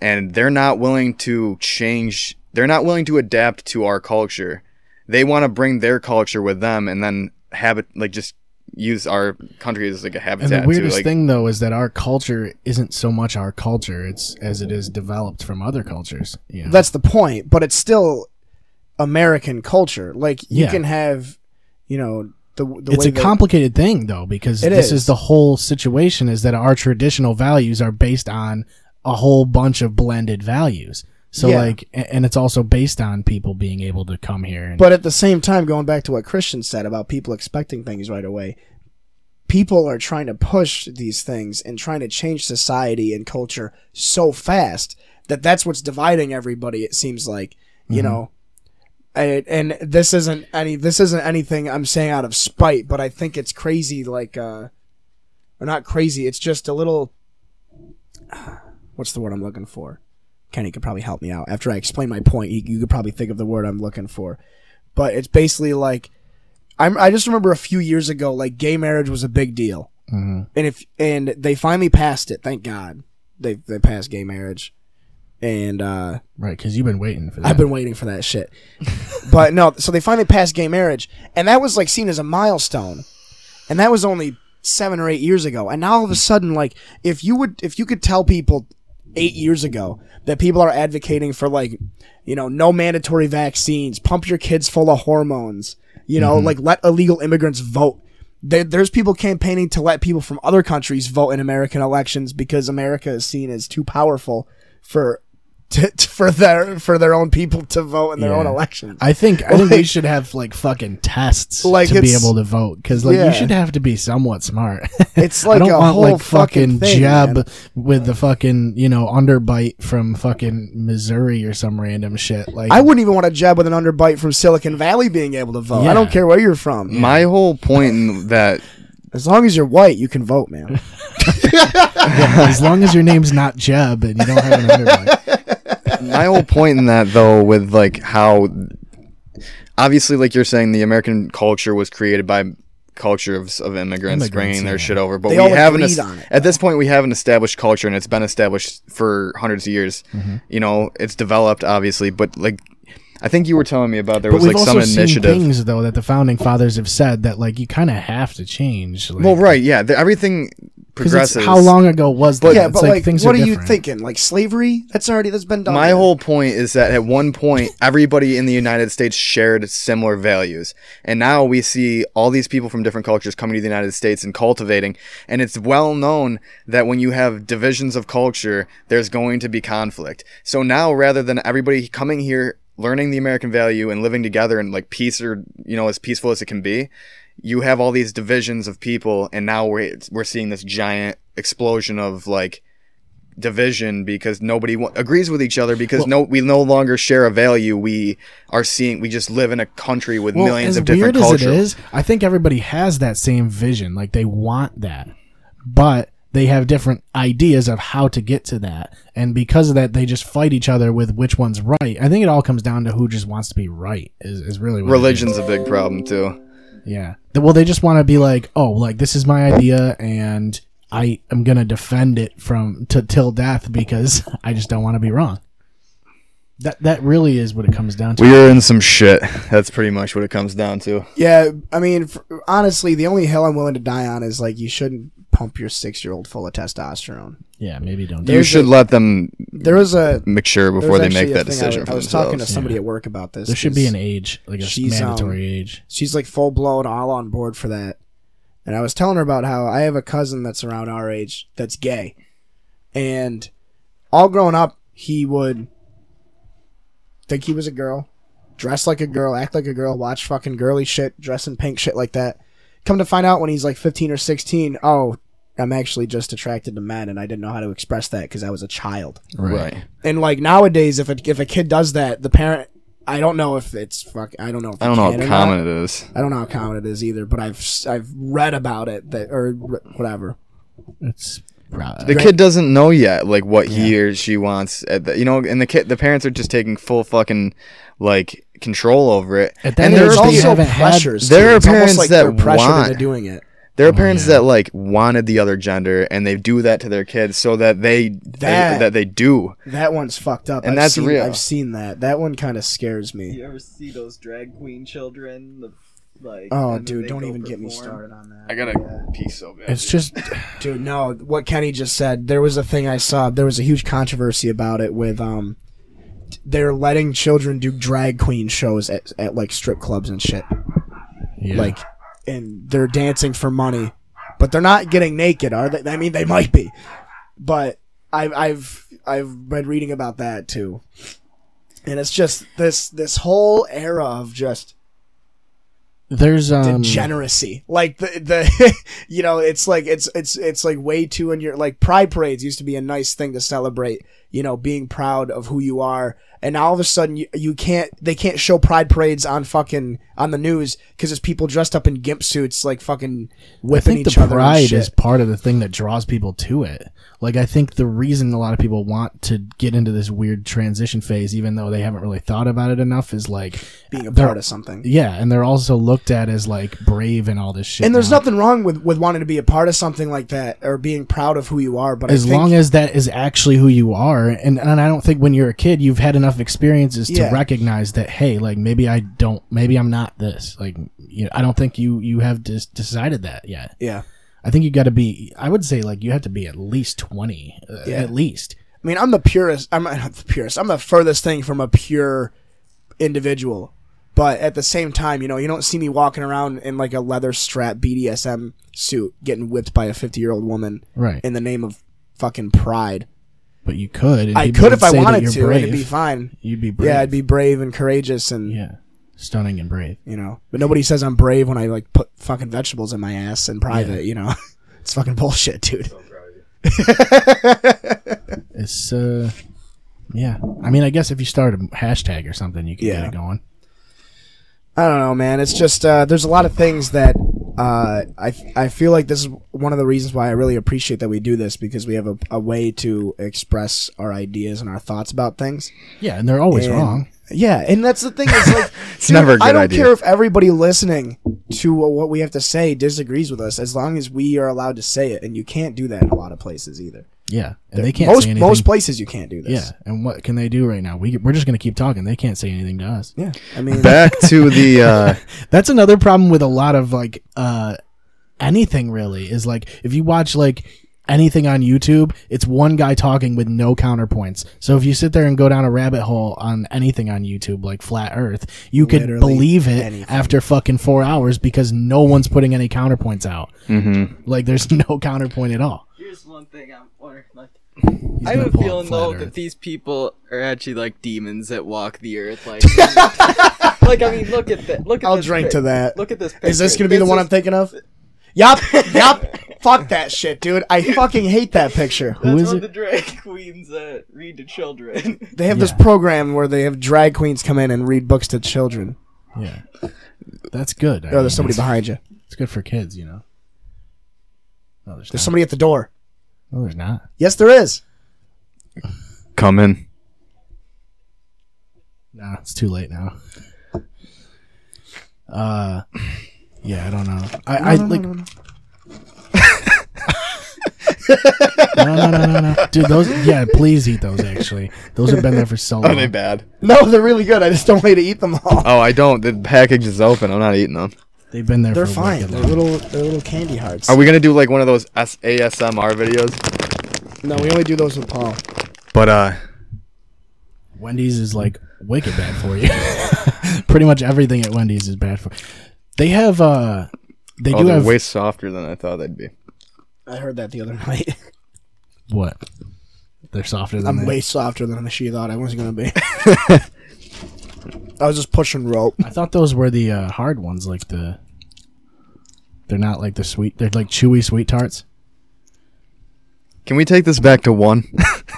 and they're not willing to change, they're not willing to adapt to our culture. They want to bring their culture with them and then habit, like just use our country as like a And habitat. the to, weirdest like, thing though is that our culture isn't so much our culture; it's as it is developed from other cultures. You know? That's the point, but it's still American culture. Like you Yeah. can have, you know, the the it's way a that- complicated thing though because It this is. is. the whole situation is that our traditional values are based on a whole bunch of blended values so Yeah. like a- and it's also based on people being able to come here and But at the same time, going back to what Christian said about people expecting things right away, people are trying to push these things and trying to change society and culture so fast that that's what's dividing everybody. It seems like you know, and, and this isn't any this isn't anything I'm saying out of spite, but I think it's crazy. Like, uh, or not crazy. It's just a little. What's the word I'm looking for? Kenny could probably help me out. After I explain my point, you, you could probably think of the word I'm looking for. But it's basically like I'm, I just remember a few years ago, like gay marriage was a big deal, Mhm. and if and they finally passed it. Thank God they they passed gay marriage, and uh, right because you've been waiting for that I've been waiting for that shit. but no, so they finally passed gay marriage, and that was like seen as a milestone, and that was only seven or eight years ago. And now all of a sudden, like if you would, if you could tell people eight years ago that people are advocating for like, you know, no mandatory vaccines, pump your kids full of hormones, you Mm-hmm. know, like let illegal immigrants vote. There, there's people campaigning to let people from other countries vote in American elections because America is seen as too powerful for to, to- for their for their own people to vote in their own Yeah. elections. I think I think we Like- should have like fucking tests Like, to be it's- able to vote because like Yeah. you should have to be somewhat smart. It's I like don't a want whole like fucking fucking thing, Jeb man. with the fucking you know underbite from fucking Missouri or some random shit. Like I wouldn't even want a jab with an underbite from Silicon Valley being able to vote. I Yeah. don't care where you're from. My whole point in that As long as you're white, you can vote, man. as long as your name's not Jeb and you don't have an underbite. my whole point in that though with like how obviously like you're saying the american culture was created by culture of, of immigrants, Immigrants, bringing their yeah. shit over but They we all have an agreed es- on it, at this point we have an established culture and it's been established for hundreds of years Mm-hmm. you know it's developed obviously but like i think you were telling me about there But was we've like some also seen initiative things though that the founding fathers have said that like you kind of have to change. Like, well right yeah the, everything 'cause it's- progresses how long ago was that? yeah, It's but like, things what are, you different. thinking? Like slavery? That's already that's been done. My man. whole point is that at one point, everybody in the United States shared similar values. And now we see all these people from different cultures coming to the United States and cultivating. And it's well known that when you have divisions of culture, there's going to be conflict. So now, rather than everybody coming here, learning the American value and living together and like peace or, you know, as peaceful as it can be, you have all these divisions of people. And now we're, we're seeing this giant explosion of like, division because nobody wa- agrees with each other because no we no longer share a value we are seeing we just live in a country with Well, millions as of different weird as cultures it is, I think everybody has that same vision. Like they want that, but they have different ideas of how to get to that, and because of that, they just fight each other with which one's right. I think it all comes down to who just wants to be right. Is, is really what it religion's a big problem too is. Yeah. The- Well, they just want to be like, oh, like this is my idea, and I am gonna defend it from to till death because I just don't want to be wrong. That that really is what it comes down to. we're in some shit that's pretty much what it comes down to Yeah, I mean, f honestly, the only hill I'm willing to die on is like you shouldn't pump your six year old full of testosterone. Yeah, maybe don't. you should let them There was a mature there before was they actually make a that thing decision I was, for I was themselves talking to somebody at work about this. There should be 'cause- an age, like a she's, mandatory um, age. she's like full blown all on board for that. And I was telling her about how I have a cousin that's around our age that's gay. And all grown up, he would think he was a girl, dress like a girl, act like a girl, watch fucking girly shit, dress in pink shit like that. Come to find out when he's like 15 or 16, oh, I'm actually just attracted to men and I didn't know how to express that because I was a child right and like nowadays if a, if a kid does that the parent I don't know if it's fuck. I don't know. If I don't know it how can or common not. it is. I don't know how common it is either. But I've s- I've read about it that or re- whatever. It's The probably kid doesn't know yet, like what he or she wants. At the, you know, and the kid, the parents are just taking full fucking like control over it. At that And age, there's they also haven't had- pressures. There too. are It's almost parents like that they're pressured want- into doing it. there Oh, are parents that like wanted the other gender, and they do that to their kids so that they That- that, they do. That one's fucked up, And I've that's seen, real. I've seen that. That one kind of scares me. You ever see those drag queen children? The, like, Oh, and then dude, they don't go even get me perform? started on that. I got a piece so bad. it's just Dude, no, what Kenny just said, there was a thing I saw, there was a huge controversy about it with um t- they're letting children do drag queen shows at, at like strip clubs and shit. yeah. Like and they're dancing for money, but they're not getting naked, are they? I mean, they might be. But I I've I've been reading about that too. And it's just this this whole era of just there's um degeneracy. like the the you know, it's like it's it's it's like way too in your like pride parades used to be a nice thing to celebrate, you know, being proud of who you are. And now all of a sudden you, you can't they can't show pride parades on fucking on the news cuz it's people dressed up in gimp suits like fucking I whipping think the each other. and pride shit. is part of the thing that draws people to it. Like I think the reason a lot of people want to get into this weird transition phase, even though they haven't really thought about it enough, is like being a they're- part of something. Yeah, and they're also looked at as like brave and all this shit. And there's now. nothing wrong with with wanting to be a part of something like that or being proud of who you are, but as I think long as that is actually who you are and, and i don't think when you're a kid you've had enough experiences to Yeah. recognize that hey like maybe i don't maybe i'm not this like you know, i don't think you you have dis- decided that yet yeah. i think you got to be i would say like you have to be at least 20 uh, at least I mean, I'm the purest. I'm not the purest. I'm the furthest thing from a pure individual. But at the same time, you know, you don't see me walking around in like a leather strap BDSM suit getting whipped by a 50 year old woman right in the name of fucking pride. but you could and I people could would if I say that wanted you're to, and it'd be brave. fine. you'd be brave Yeah, I'd be brave and courageous, and yeah stunning and brave you know. But nobody says I'm brave when I like put fucking vegetables in my ass in private. You know, it's fucking bullshit, dude. it's uh yeah i mean i guess if you start a hashtag or something you can Yeah. get it going I don't know, man. It's just uh, there's a lot of things that uh, I I feel like this is one of the reasons why I really appreciate that we do this because we have a, a way to express our ideas and our thoughts about things. yeah and they're always And- wrong Yeah, and that's the thing. It's like It's never a good I don't idea. care if everybody listening to what we have to say disagrees with us, as long as we are allowed to say it. And you can't do that in a lot of places either. yeah and they can't most say anything most places you can't do Yeah, this. and what can they do right now? We we're just gonna keep talking. They can't say anything to us. Yeah, I mean, Back to the uh, That's another problem with a lot of like uh anything really is like if you watch like anything on YouTube, it's one guy talking with no counterpoints. So if you sit there and go down a rabbit hole on anything on YouTube like flat earth, you could Literally believe it anything. after fucking 4 hours because no one's putting any counterpoints out. mhm. Like there's no counterpoint at all. Here's one thing I'm wondering, like, He's I have gonna a pull up feeling Flat though Earth. that these people are actually like demons that walk the earth. Like, like I mean, look at that. Look at I'll this drink pic- to that. Look at this. Picture. Is this gonna be the one I'm thinking of? Yup, yup. Fuck that shit, dude. I fucking hate that picture. That's Who is one it? of the drag queens that read to children. They have this program where they have drag queens come in and read books to children. Yeah. That's good. I Oh, there's mean, somebody it's- behind you. It's good for kids, you know. No, there's, There's not. somebody at the door. no, there's not. Yes, there is. come in. No, it's too late now. Uh, yeah, I don't know. I, I like. No, no, no, no, no, dude. Those, yeah, please eat those. Actually, those have been there for so long. Are they bad? No, they're really good. I just don't way to eat them all. Oh, I don't. The package is open. I'm not eating them. They've been there. They're for fine. wicked They're long. little, they're little candy hearts. Are we gonna do like one of those S- ASMR videos? No, we only do those with Paul. But uh, Wendy's is like wicked bad for you. Pretty much everything at Wendy's is bad for. They have. uh They oh, do they're have way softer than I thought they'd be. I heard that the other night. what? They're softer than. I'm that. way softer than she thought I was gonna be. I was just pushing rope. I thought those were the uh, hard ones, like the. They're not like the sweet. They're like chewy sweet tarts. Can we take this back to one?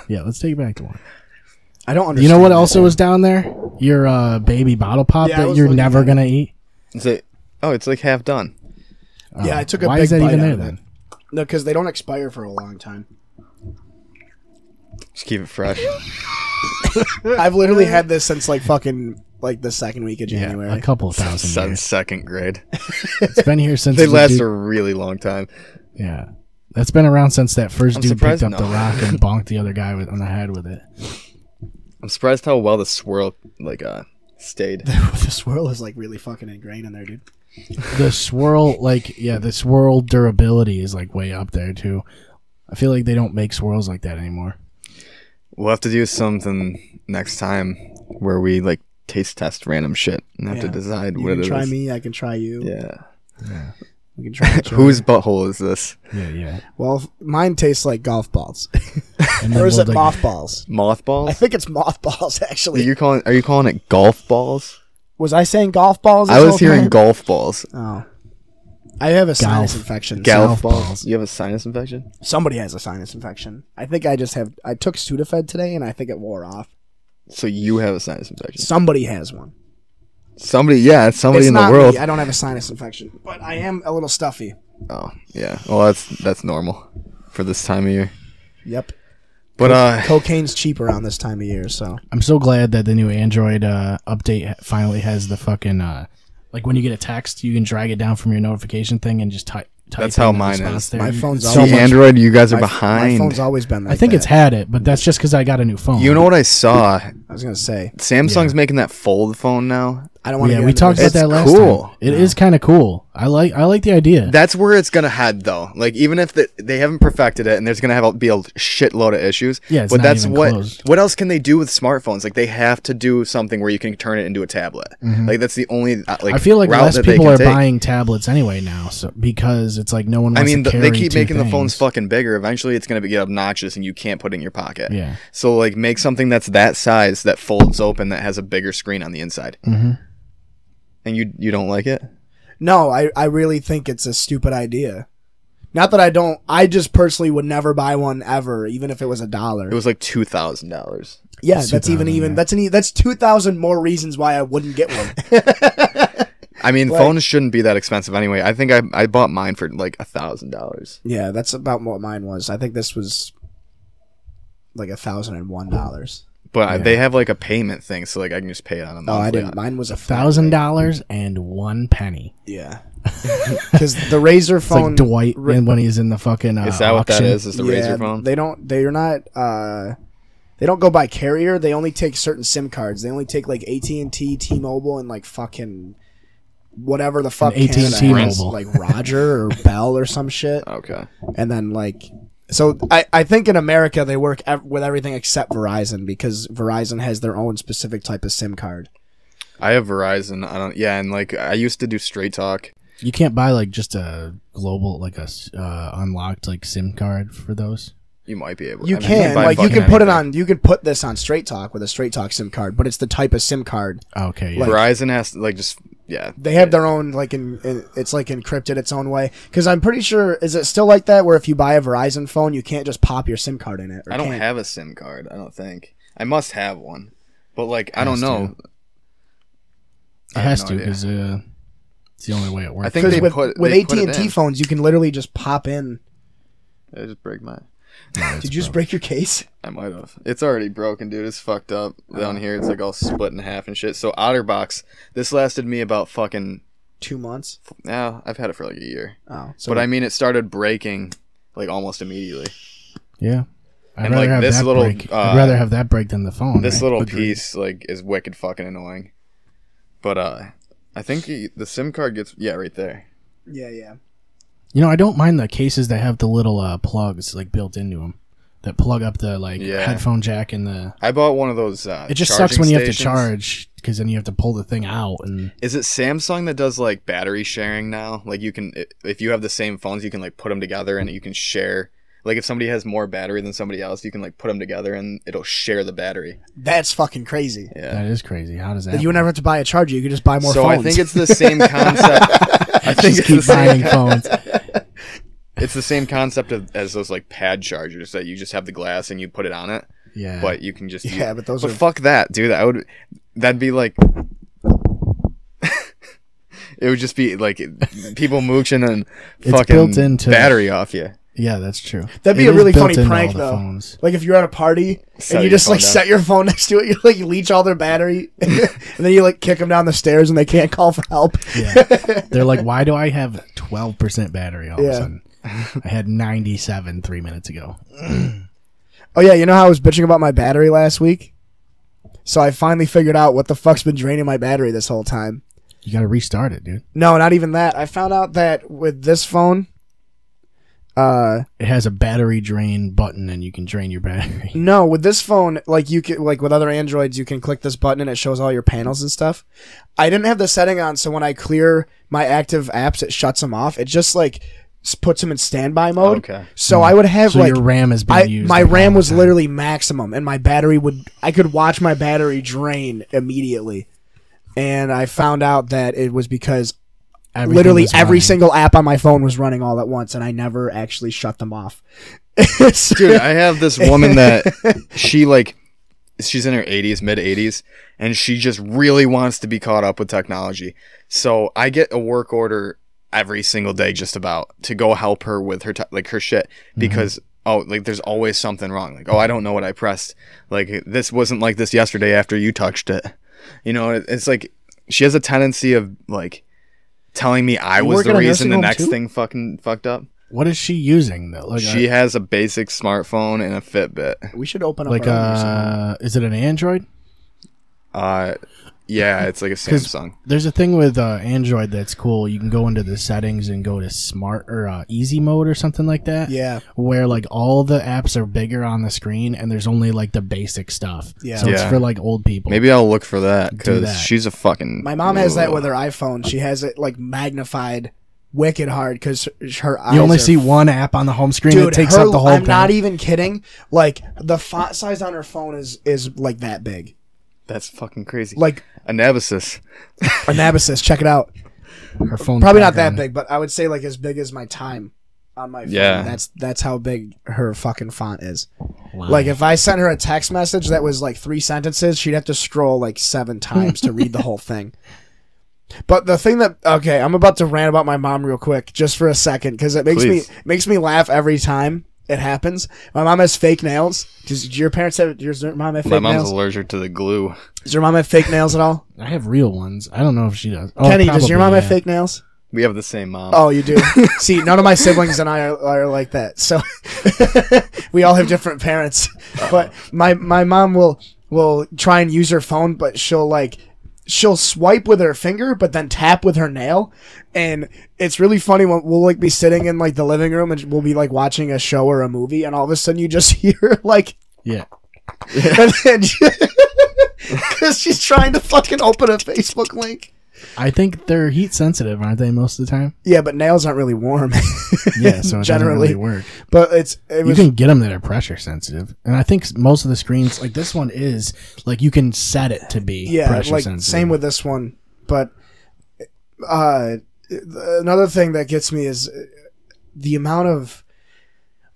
Yeah, let's take it back to one. I don't understand. You know what that. also was down there? your uh, baby bottle pop Yeah, I that was you're looking never at it. gonna eat? Is it? Oh, it's like half done. Yeah, I took a Why big is that bite even out there of it. then? No, because they don't expire for a long time. Just keep it fresh. I've literally had this since like fucking like the second week of January. Yeah, a couple of thousand Since years. second grade, It's been here since they the last dude- a really long time. Yeah. That's been around since that 1st I'm dude picked surprised up the no- rock and bonked the other guy with, on the head with it. I'm surprised how well the swirl like uh stayed. the swirl is like really fucking ingrained in there, dude. The swirl, like, yeah, the swirl durability is like way up there too. I feel like they don't make swirls like that anymore. We'll have to do something next time where we like taste test random shit and have to Yeah. decide You what it can is. try me, I can try you. Yeah. We can try each other. Whose butthole is this? Yeah, yeah. Well, f- mine tastes like golf balls. And or is we'll, it like- mothballs? I Mothballs? think it's mothballs Are actually. you calling? Are you calling it golf balls? was I saying golf balls? I this was whole hearing time? golf balls. Oh. I have a sinus Golf. infection. Golf Golf balls. balls. You have a sinus infection? Somebody has a sinus infection. I think I just have. I took Sudafed today, and I think it wore off. So you have a sinus infection? Somebody has one. Somebody, yeah, it's somebody it's in the not world. me. I don't have a sinus infection, but I am a little stuffy. Oh, yeah. Well, that's that's normal for this time of year. Yep. But uh, Cocaine's cheap around this time of year, so I'm so glad that the new Android uh, update ha- finally has the fucking uh, like when you get a text, you can drag it down from your notification thing and just type. type That's how in the mine response is. There. my phone's see, always Android, you guys are my, behind. My phone's always been like I think that. it's had it, but that's just because I got a new phone. you know what I saw? I was gonna say Samsung's making that fold phone now. I don't want to. yeah, we talked about It's that last cool. time. It is kind of cool. I like I like the idea. That's where it's gonna head, though. Like even if the, they haven't perfected it, and there's gonna have a- be a shitload of issues. Yeah, it's but not that's even what. close. What else can they do with smartphones? Like they have to do something where you can turn it into a tablet. Like that's the only uh, like. Mm-hmm. I feel like route less that they people can are take. buying tablets anyway now, so because it's like no one. Wants I mean, to th they carry keep two making the phones things. fucking bigger. Eventually, it's gonna be, get obnoxious, and you can't put it in your pocket. Yeah. So like, make something that's that size that folds open that has a bigger screen on the inside. Mm-hmm. And you you don't like it? No, I I really think it's a stupid idea. Not that I don't. I just personally would never buy one ever, even if it was a dollar. It was like two thousand dollars. yeah, that's even even that's an e- that's two thousand more reasons why I wouldn't get one. I mean, phones shouldn't be that expensive anyway. I think I I bought mine for like a thousand dollars. yeah, that's about what mine was. I think this was like a thousand and one dollars. But I- they have like a payment thing, so like I can just pay it on a Oh, monthly. I didn't. Mine was a Thousand dollars and one penny. Yeah, because the razor It's phone. like Dwight and when he's in the fucking. Uh, Is that what that auction. is? Is the razor yeah, phone? They don't. They're not. Uh, they don't go by carrier. They only take certain SIM cards. They only take like AT and T, T Mobile, and like fucking whatever the fuck And AT&T Canada has, Mobile. like Roger or Bell or some shit. okay. And then like, so I I think in America they work ev- with everything except Verizon because Verizon has their own specific type of SIM card. I have Verizon. I don't. Yeah, and like I used to do Straight Talk. You can't buy like just a global like a s- uh, unlocked like SIM card for those. You might be able. You I mean, can buy like you fucking can put it anything. on. You can put this on Straight Talk with a Straight Talk SIM card, but it's the type of SIM card Oh, Okay, yeah. Verizon has to, like just yeah. they have their own like in, in it's like encrypted its own way because i'm pretty sure is it still like that where if you buy a verizon phone you can't just pop your sim card in it or I don't can't- have a SIM card. I don't think I must have one, but like I don't know. it has no to idea. because uh, it's the only way it works. I think they with, put with they put it at&t in. phones you can literally just pop in I just break my. did you just break your case I might have. It's already broken, dude. It's fucked up down here. It's like all split in half and shit. So OtterBox, this lasted me about fucking. two months Now I've had it for like a year, oh so but I mean it started breaking like almost immediately. yeah. I'd And, rather like, have this that little, break. uh, I'd rather have that break than the phone. This right? little Agreed. piece like is wicked fucking annoying. But uh, I think y- the SIM card gets yeah right there. yeah yeah You know, I don't mind the cases that have the little uh, plugs like built into them that plug up the like Yeah. headphone jack and the. I bought one of those. Uh, It just sucks charging when you have to stations. charge because then you have to pull the thing out and Is it Samsung that does like battery sharing now? Like you can, i- if you have the same phones, you can like put them together and you can share. Like if somebody has more battery than somebody else, you can like put them together and it'll share the battery. that's fucking crazy that is crazy. How does that? you would never have to buy a charger you could just buy more so phones I think it's the same concept. I think just it's the, keep same, buying phones. it's the same concept of, as those like pad chargers that you just have the glass and you put it on it, Yeah, but you can just Yeah, but those But are- fuck that, dude. I would. that'd be like it would just be like people mooching and It's fucking built into- battery off you. Yeah, that's true. That'd be It a is really built funny into prank, all the though. phones. Like if you're at a party Set and you your just phone like down. set your phone next to it, you like leech all their battery, and then you like kick them down the stairs and they can't call for help. Yeah. They're like, why do I have 12% battery all of a Yeah. sudden? I had 97 three minutes ago. Oh yeah, you know how I was bitching about my battery last week? So I finally figured out what the fuck's been draining my battery this whole time. You got to restart it, dude. No, not even that. I found out that with this phone, uh, It has a battery drain button and you can drain your battery. No, with this phone, like you can, like with other Androids, you can click this button and it shows all your panels and stuff. I didn't have the setting on, so when I clear my active apps, it shuts them off. It just like s- puts them in standby mode. Okay. So I would have So like your RAM has been I, used. my like, all RAM the was time. literally maximum, and my battery would I could watch my battery drain immediately. And I found out that it was because Everything literally was every running. single app on my phone was running all at once, and I never actually shut them off. So- Dude, I have this woman that she like she's in her 80s, mid 80s, and she just really wants to be caught up with technology. So I get a work order every single day just about to go help her with her te- like her shit Mm-hmm. because oh like there's always something wrong. Like, oh, I don't know what I pressed. Like this wasn't like this yesterday after you touched it. You know, it- it's like she has a tendency of like telling me I You was work the at a reason nursing the home, next too? thing fucking fucked up. What is she using though? Like uh, she a, has a basic smartphone and a Fitbit. we should open up like our own or something. uh is it an Android? Uh, yeah, it's like a 'Cause- Samsung. There's a thing with uh, Android that's cool. You can go into the settings and go to smart or uh, easy mode or something like that. Yeah. Where like all the apps are bigger on the screen and there's only like the basic stuff. Yeah. So it's Yeah. for like old people. Maybe I'll look for that that. because she's a fucking. My mom has that with Ugh. her iPhone. She has it like magnified, wicked hard because her eyes. you only are- see one app on the home screen. Dude, it takes her- up the whole. I'm thing. not even kidding. Like the font size on her phone is is like that big. That's fucking crazy. Like Like Anabasis. Anabasys, check it out. Her phone's Probably not that background. big, but I would say like as big as my time on my phone. Yeah. That's that's how big her fucking font is. Wow. Like if I sent her a text message that was like three sentences, she'd have to scroll like seven times to read the whole thing. But the thing that okay, I'm about to rant about my mom real quick, just for a second, because it makes Please. me makes me laugh every time it happens. My mom has fake nails. Does, do your parents have? Does your mom have fake My mom's nails? allergic to the glue. Does your mom have fake nails at all? I have real ones. I don't know if she does. Oh, Kenny, does your probably, mom yeah. have fake nails? We have the same mom. Oh, you do. See, none of my siblings and I are, are like that. So we all have different parents. But my my mom will will try and use her phone, but she'll like she'll swipe with her finger, but then tap with her nail, and it's really funny when we'll like be sitting in like the living room and we'll be like watching a show or a movie, and all of a sudden you just hear like Yeah. and then because she's trying to fucking open a Facebook link. I think they're heat sensitive, aren't they? Most of the time. Yeah, but nails aren't really warm. Yeah. So it generally Generally. really work. But it's it You was can get them that are pressure sensitive, and I think s- most of the screens, like this one, is like you can set it to be yeah, pressure like sensitive. same with this one. But uh, th- another thing that gets me is uh, the amount of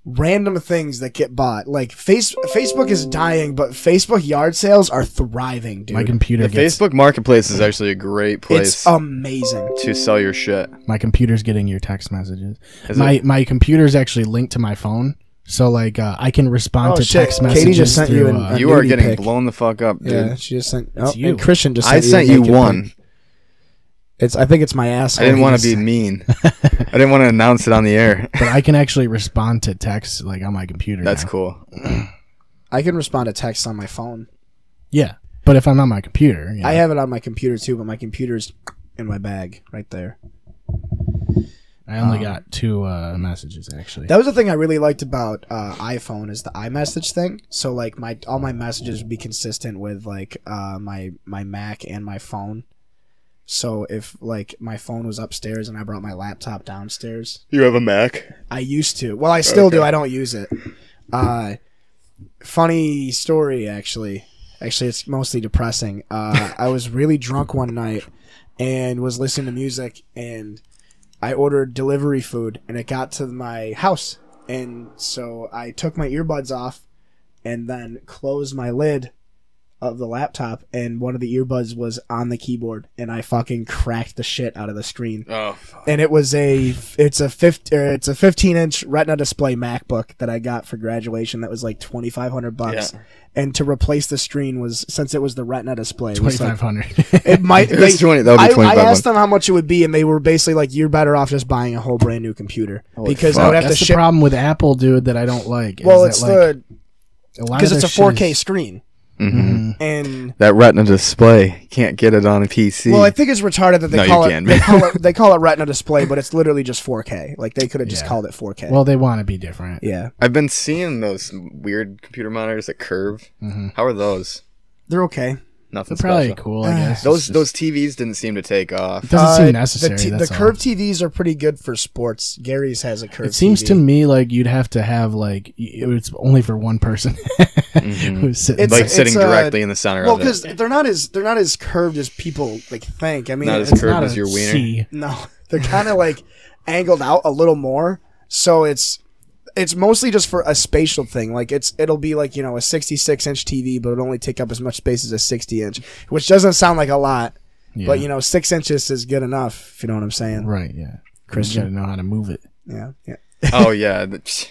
random things that get bought. Like face Facebook is dying, but Facebook yard sales are thriving, dude. my computer. the gets, Facebook Marketplace is actually a great place it's amazing. to sell your shit. My computer's getting your text messages. Is my it? my computer's actually linked to my phone, so like uh, I can respond Oh, to shit. text Katie messages. just sent you through, an- uh, a You are nudie getting pic. blown the fuck up, dude. Yeah, she just sent. Oh, you. and Christian just. I Sent sent you, a you naked one. pic. It's. I think it's my ass. I didn't want to be mean. I didn't want to announce it on the air. but I can actually respond to texts like on my computer. That's now. cool. I can respond to text on my phone. Yeah, but if I'm on my computer, you know, I have it on my computer too, but my computer's in my bag right there. I only um, got two uh, messages actually. That was the thing I really liked about uh, iPhone is the iMessage thing. So like my all my messages would be consistent with like uh, my my Mac and my phone. So if like my phone was upstairs and I brought my laptop downstairs, You have a Mac? I used to. Well, I still do. I don't use it. Uh, funny story, actually. Actually, it's mostly depressing. Uh, I was really drunk one night and was listening to music, and I ordered delivery food, and it got to my house. And so I took my earbuds off and then closed my lid of the laptop, and one of the earbuds was on the keyboard, and I fucking cracked the shit out of the screen. Oh, fuck. And it was a it's a fifty it's a fifteen inch Retina display MacBook that I got for graduation. That was like twenty five hundred bucks, Yeah. and to replace the screen was since it was the Retina display, it Twenty was like five hundred. it might. It was they- 20 that would be I- 25 I, one. asked them how much it would be, and they were basically like, "You're better off just buying a whole brand new computer because I fuck. would have That's to the ship." problem with Apple, dude. That I don't like. Well, is it's that, the like, lot because of it's a their shit 4K is- screen, Mhm. and That Retina display can't get it on a PC. well, I think it's retarded that they No, you call it can, they man. call it they call it Retina display, but it's literally just 4K. Like they could have just Yeah. called it 4K. Well, they want to be different. yeah, I've been seeing those weird computer monitors that curve. Mhm. How are those? they're okay. Nothing They're probably special. cool. I guess Those It's those TVs didn't seem to take off. just- doesn't Ah, Uh, seem necessary. The, t- that's the all. curved TVs are pretty good for sports. Gary's has a curved. It seems TV. to me like you'd have to have like y- it's only for one person who's sitting. Mm-hmm. It's- like there. sitting it's, uh, directly in the center well of it. because they're not as they're not as curved as people like think. I mean, Not it's- as It's curved not as a your wiener. C. No, they're kind of like angled out a little more, so it's it's mostly just for a spatial thing. Like it's it'll be like you know a 66 inch TV, but it'll only take up as much space as a 60 inch, which doesn't sound like a lot, Yeah. but you know six inches is good enough. If you know what I'm saying, right? Yeah, Christian Christian. gotta know how to move it. Yeah, yeah. Oh yeah. the- psh.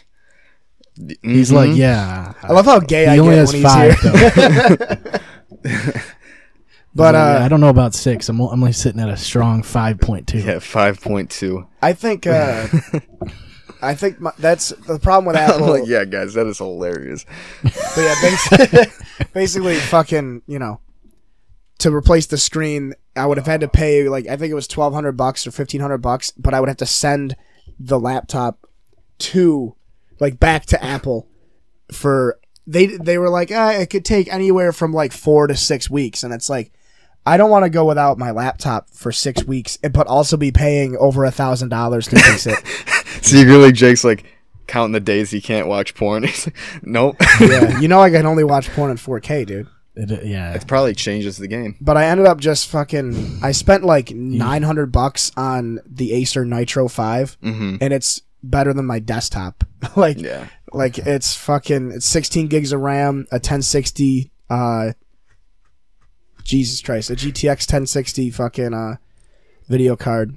He's Mhm. like, yeah. I love how gay Mm-hmm. Oh, I he get only when has he's five. here. Though. But I uh, don't know about six. I'm, o- I'm only sitting at a strong five point two. yeah, five point two. I think uh, I think my, that's the problem with Apple. like, yeah, guys, that is hilarious. But yeah, basically, basically, fucking, you know, to replace the screen, I would have had to pay like I think it was twelve hundred bucks or fifteen hundred bucks, but I would have to send the laptop to like back to Apple for they they were like ah, it could take anywhere from like four to six weeks, and it's like. I don't want to go without my laptop for six weeks, and- but also be paying over a thousand dollars to fix it. Secretly, Jake's like counting the days he can't watch porn. He's like, nope. Yeah, you know I can only watch porn in 4K, dude. It, uh, yeah. it probably changes the game. but I ended up just fucking. I spent like nine hundred bucks on the Acer Nitro 5 Mm-hmm. and it's better than my desktop. like, Yeah. like it's fucking. It's sixteen gigs of RAM, a ten sixty. Uh, Jesus Christ, a GTX ten sixty fucking uh, video card,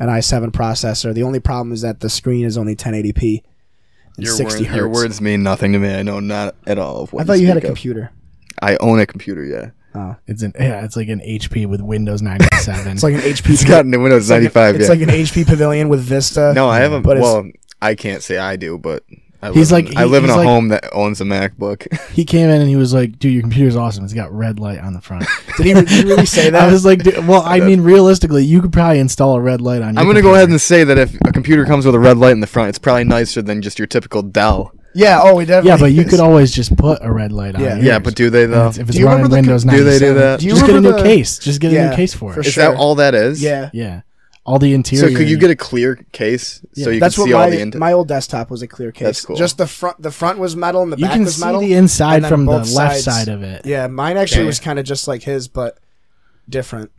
an i seven processor. The only problem is that the screen is only ten eighty p and Your, sixty word- your hertz. words mean nothing to me. I know not at all of what I thought you had a speak of. computer. I own a computer. Yeah. It's an yeah. It's like an HP with Windows ninety seven. It's like an HP. It's got Windows ninety five. It's Yeah. like an HP Pavilion with Vista. no, I haven't. but it's- Well, I can't say I do, but. I He's live like- in, I he- live in he's a like- home that owns a MacBook. he came in and he was like, "Dude, your computer's awesome. It's got red light on the front." Did he, did he really say that? I was like, dude, "Well, I mean, realistically, you could probably install a red light on." Your I'm gonna computer. go ahead and say that if a computer comes with a red light in the front, it's probably nicer than just your typical Dell. Yeah. Oh, we definitely. Yeah, but you could always just put a red light on. Yeah. yours. Yeah, but do they though? If it's Do you running remember the Windows com- do they do 97, that? Do you just get a new remember the- case. Just get a Yeah, new case for it. for Is sure. that all that is? Yeah. Yeah, all the interior. So could you get a clear case so you That's can what see all the my interior? my old desktop was a clear case. That's cool. Just the front the front was metal and the You back can was see metal. the and inside then from the both left sides. side of it. Yeah, mine actually Okay. was kind of just like his, but different.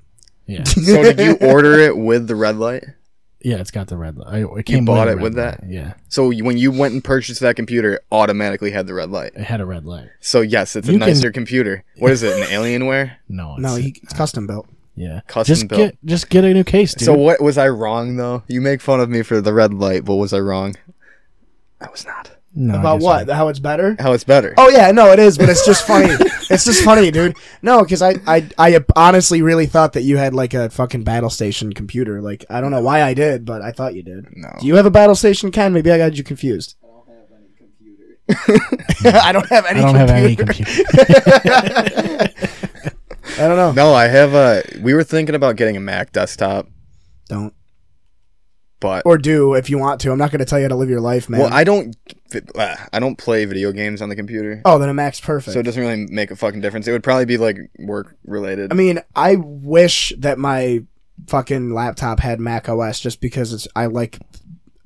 Yeah, so did you order it with the red light? yeah, it's got the red light. I- It came bought a it red with light. that? Yeah, So you- when you went and purchased that computer, it automatically had the red light. it had a red light. So yes, it's a You can- nicer computer. What is it? An Alienware? No, it's, No, he, it's custom built. yeah, custom just built. get just get a new case, dude. So what was I wrong though? You make fun of me for the red light, but was I wrong? I was not. No, I About guess what? not. How it's better? How it's better? Oh yeah, no, it is, but it's just funny. it's just funny, dude. No, because I, I I honestly really thought that you had like a fucking battle station computer. Like I don't know why I did, but I thought you did. No. Do you have a battle station, Ken? Maybe I got you confused. I don't have any I don't computer. have any computer. I don't know. No, I have a. We were thinking about getting a Mac desktop, Don't but or do if you want to. I'm not going to tell you how to live your life, man. well, I don't. uh, I don't play video games on the computer, oh, then a Mac's perfect. so it doesn't really make a fucking difference. It would probably be like work related. I mean, I wish that my fucking laptop had Mac OS just because it's I like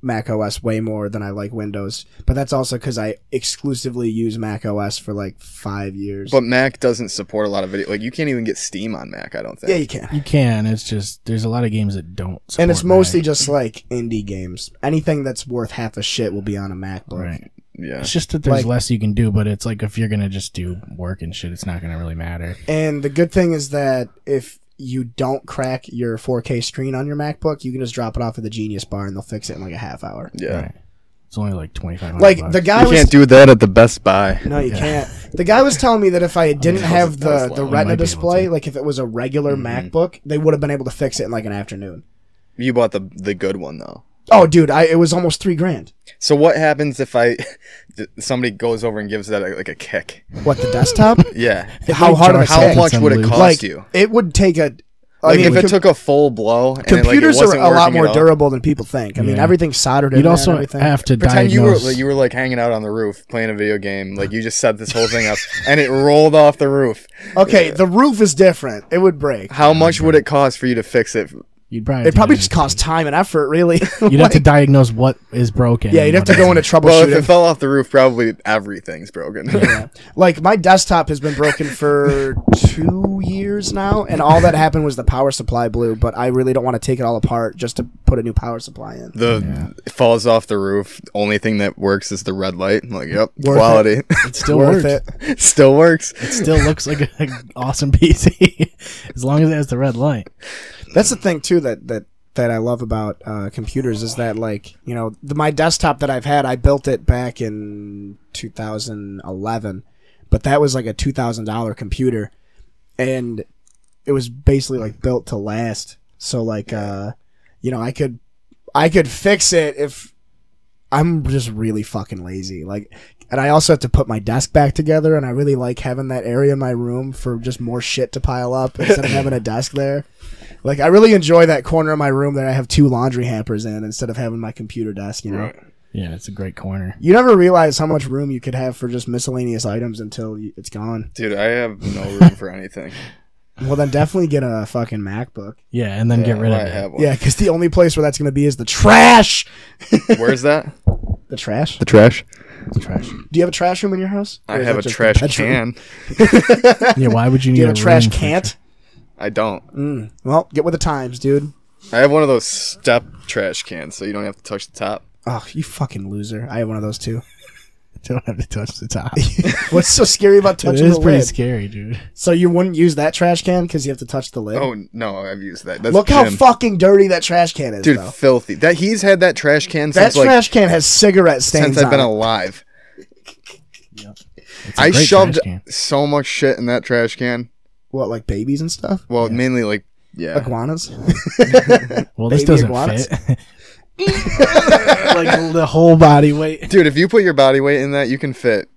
Mac OS way more than I like Windows. But that's also because I exclusively use Mac OS for like five years. but Mac doesn't support a lot of video. Like you can't even get Steam on Mac. I don't think. yeah, you can. You can. It's just there's a lot of games that don't. And it's support Mac. mostly just like indie games. Anything that's worth half a shit will be on a MacBook. right. Yeah. It's just that there's Like- less you can do, but it's like if you're gonna just do work and shit, it's not gonna really matter. And the good thing is that if you don't crack your 4K screen on your MacBook, you can just drop it off at the Genius Bar and they'll fix it in like a half hour. Yeah. Right. It's only like twenty five. Like the guy You was can't do that at the Best Buy. No, you Yeah. can't. The guy was telling me that if I didn't that was- have that was the, low. the might You be Retina able display, to. like if it was a regular Mm-hmm. MacBook, they would have been able to fix it in like an afternoon. You bought the the good one though. Oh, dude, I it was almost three grand. So what happens if I somebody goes over and gives that like a kick? What the desktop? Yeah. How hard? charge was How Hey. it? much would it Like, cost Like you? it would take a. I Like mean, if it com- took a full blow. And computers it, like, it wasn't are a lot working more at all, durable than people think. I mean, Yeah. everything's soldered in. You'd there and also everything. have to Pretend you were diagnose. you were like hanging out on the roof playing a video game. Like you just set this whole thing up and it rolled off the roof. Okay, the roof is different. It would break. How much would it cost for you to fix it? you'd probably, have It to probably do- just costs time and effort, really. You'd have to Like, diagnose what is broken. yeah, you'd have to go into Well, if it troubleshooting. fell off the roof, probably everything's broken. Like my desktop has been broken for two years now, and all that happened was the power supply blew. But I really don't want to take it all apart just to put a new power supply in. the it falls off the roof. The only thing that works is the red light. I'm like, yep, Worth it. quality. It's still Worth worth it. Still works. Still looks like an awesome PC as long as it has the red light. That's the thing too that that that I love about uh, computers is that like you know the, my desktop that I've had I built it back in 2011, but that was like a two thousand dollar computer, and it was basically like built to last. So like uh, you know I could I could fix it if I'm just really fucking lazy. Like, and I also have to put my desk back together, and I really like having that area in my room for just more shit to pile up instead of having a desk there. Like, I really enjoy that corner of my room that I have two laundry hampers in instead of having my computer desk. You know, Yeah, it's a great corner. you never realize how much room you could have for just miscellaneous items until you, it's gone. Dude, I have no room for anything. Well, then definitely get a fucking MacBook. Yeah, and then get rid of I it. have one. Yeah, because the only place where that's gonna be is the trash. Where's that? The trash. The trash. It's trash. Do you have a trash room in your house? Or I is have that a just trash bedroom? can. Yeah, why would you need Do you have a trash room for- can't? I don't. Mm. Well, get with the times, dude. I have one of those step trash cans, so you don't have to touch the top. Oh, you fucking loser! I have one of those too. Don't have to touch the top. What's so scary about it touching is the pretty lid? scary, dude. so you wouldn't use that trash can because you have to touch the lid. Oh no, I've used that. That's Look how Jim. fucking dirty that trash can is, dude though. filthy. That he's had that trash can That since like trash can has cigarette stains since I've been on it. alive. It's a I great shoved trash can. so much shit in that trash can. What, like babies and stuff? Well, mainly like yeah. Iguanas? Well, this baby doesn't iguanas. fit. like the whole body weight. Dude, if you put your body weight in that, you can fit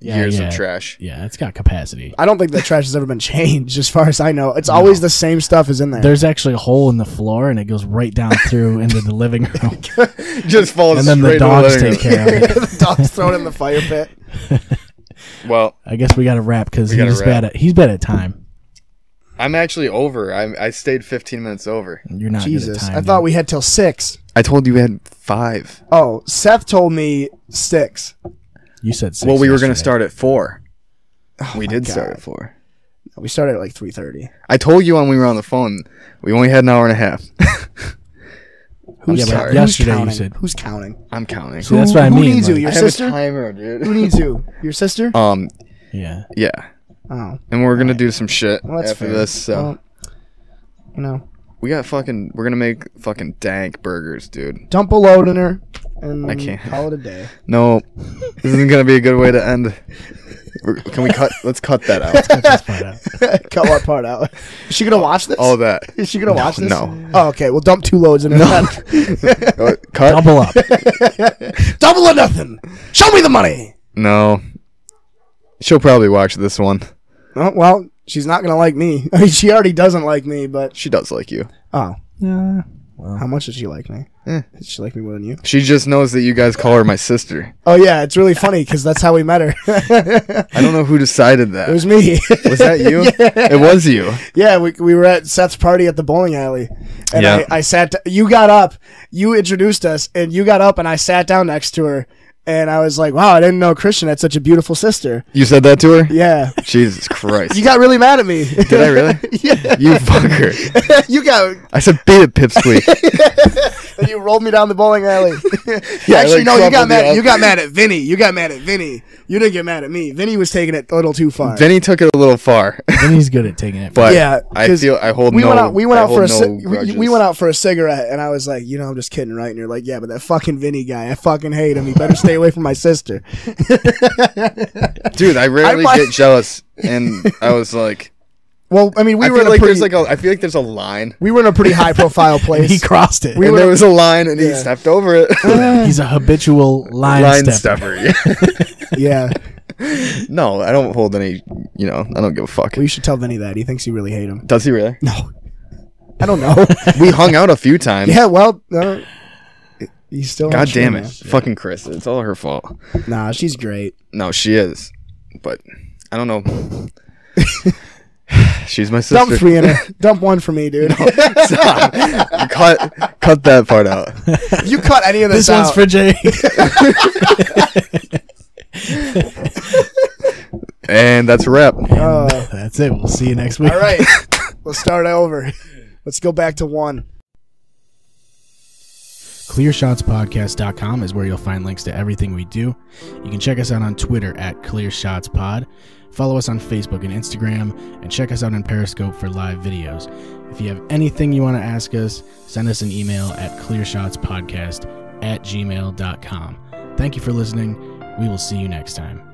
Yeah, years yeah. of trash. Yeah, it's got capacity. I don't think that trash has ever been changed, as far as I know. It's always the same stuff is in there. There's actually a hole in the floor, and it goes right down through into the living room, Just falls and then the straight to dogs living take room. care of it. the dog's thrown in the fire pit. Well, I guess we got to wrap because We gotta he's wrap. bad at he's bad at time. I'm actually over. I I stayed 15 minutes over. You're not good at Jesus, time. I thought dude. we had till six. I told you we had five. Oh, Seth told me six. you said six Well, we were going to yesterday. start at four. we did Oh God. start at four. We started at like three thirty. I told you when we were on the phone, we only had an hour and a half. Who's, Yeah, but count- who's yesterday you counting? said- Who's counting? I'm counting. See, that's what I Who mean. needs you? like- Your I have sister? a timer, Who dude. needs you? Your sister? Um, yeah, yeah, Oh, and we're gonna do some shit well, that's after fair. this. uh, So Well, you know, we got fucking. We're gonna make fucking dank burgers, dude. dump a load in her and I can't. call it a day. No, this isn't gonna be a good way to end. We're- Can we cut? Let's cut that out. that's part of it. Cut what part out? Is she gonna watch this? All that. Is she gonna watch this? no. Oh, okay. Well, dump two loads in her. Uh, cut. Double up. Double or nothing. Show me the money. No. She'll probably watch this one. Oh, well, she's not gonna like me. I mean, she already doesn't like me, but She does like you. oh, how much does she like me? Eh. Does she like me more than you? She just knows that you guys call her my sister. Oh yeah, it's really funny because that's how we met her. it I don't know who decided that. was me. Was that you? It was you. Yeah, we, we were at Seth's party at the bowling alley, and Yeah. I, I sat. d- you got up, you introduced us, and you got up, and I sat down next to her, and I was like, "Wow, I didn't know Christian had such a beautiful sister." You said that to her? Yeah, Jesus Christ. you got really mad at me. Did I really? You fucker. you got I said beat it, pipsqueak. and you rolled me down the bowling alley. Yeah, I, Actually, like, no, you got crumpled mad. up. You got mad at Vinny. You got mad at Vinny. You didn't get mad at me. Vinny was taking it a little too far. Vinny took it a little far, And he's good at taking it. but Yeah, I 'cause feel I hold we no. went out. We went I out for a. hold ci- no we, we grudges. went out for a cigarette, and I was like, you know, I'm just kidding, right? And you're like, yeah, but that fucking Vinny guy, I fucking hate him. He better stay away from my sister. dude. I rarely might- get jealous, and I was like, Well, I mean, we I were feel in a like pretty. there's like a, I feel like there's a line, we were in a pretty high profile place. He crossed it. and there was a line, and he stepped over it. He's a habitual line, line stepper. stepper. yeah. yeah, no, I don't hold any. You know, I don't give a fuck. we should tell Vinny that. He thinks you really hate him. Does he really? No, I don't know. we hung out a few times. yeah, well, uh, he's still. not God sure, damn man. it, fucking Chris. It's all her fault. Nah, she's great. No, she is, but I don't know. She's my sister. Dump three in her. Dump one for me, dude. Stop. cut, cut that part out. you cut any of this, This one's out. for Jay. And that's a wrap. Uh, That's it. We'll see you next week. all right, let's start over. Let's go back to one. ClearShotsPodcast.com is where you'll find links to everything we do. You can check us out on Twitter at ClearShotsPod, follow us on Facebook and Instagram, and check us out on Periscope for live videos. If you have anything you want to ask us, send us an email at clearshotspodcast at gmail.com. Thank you for listening. We will see you next time.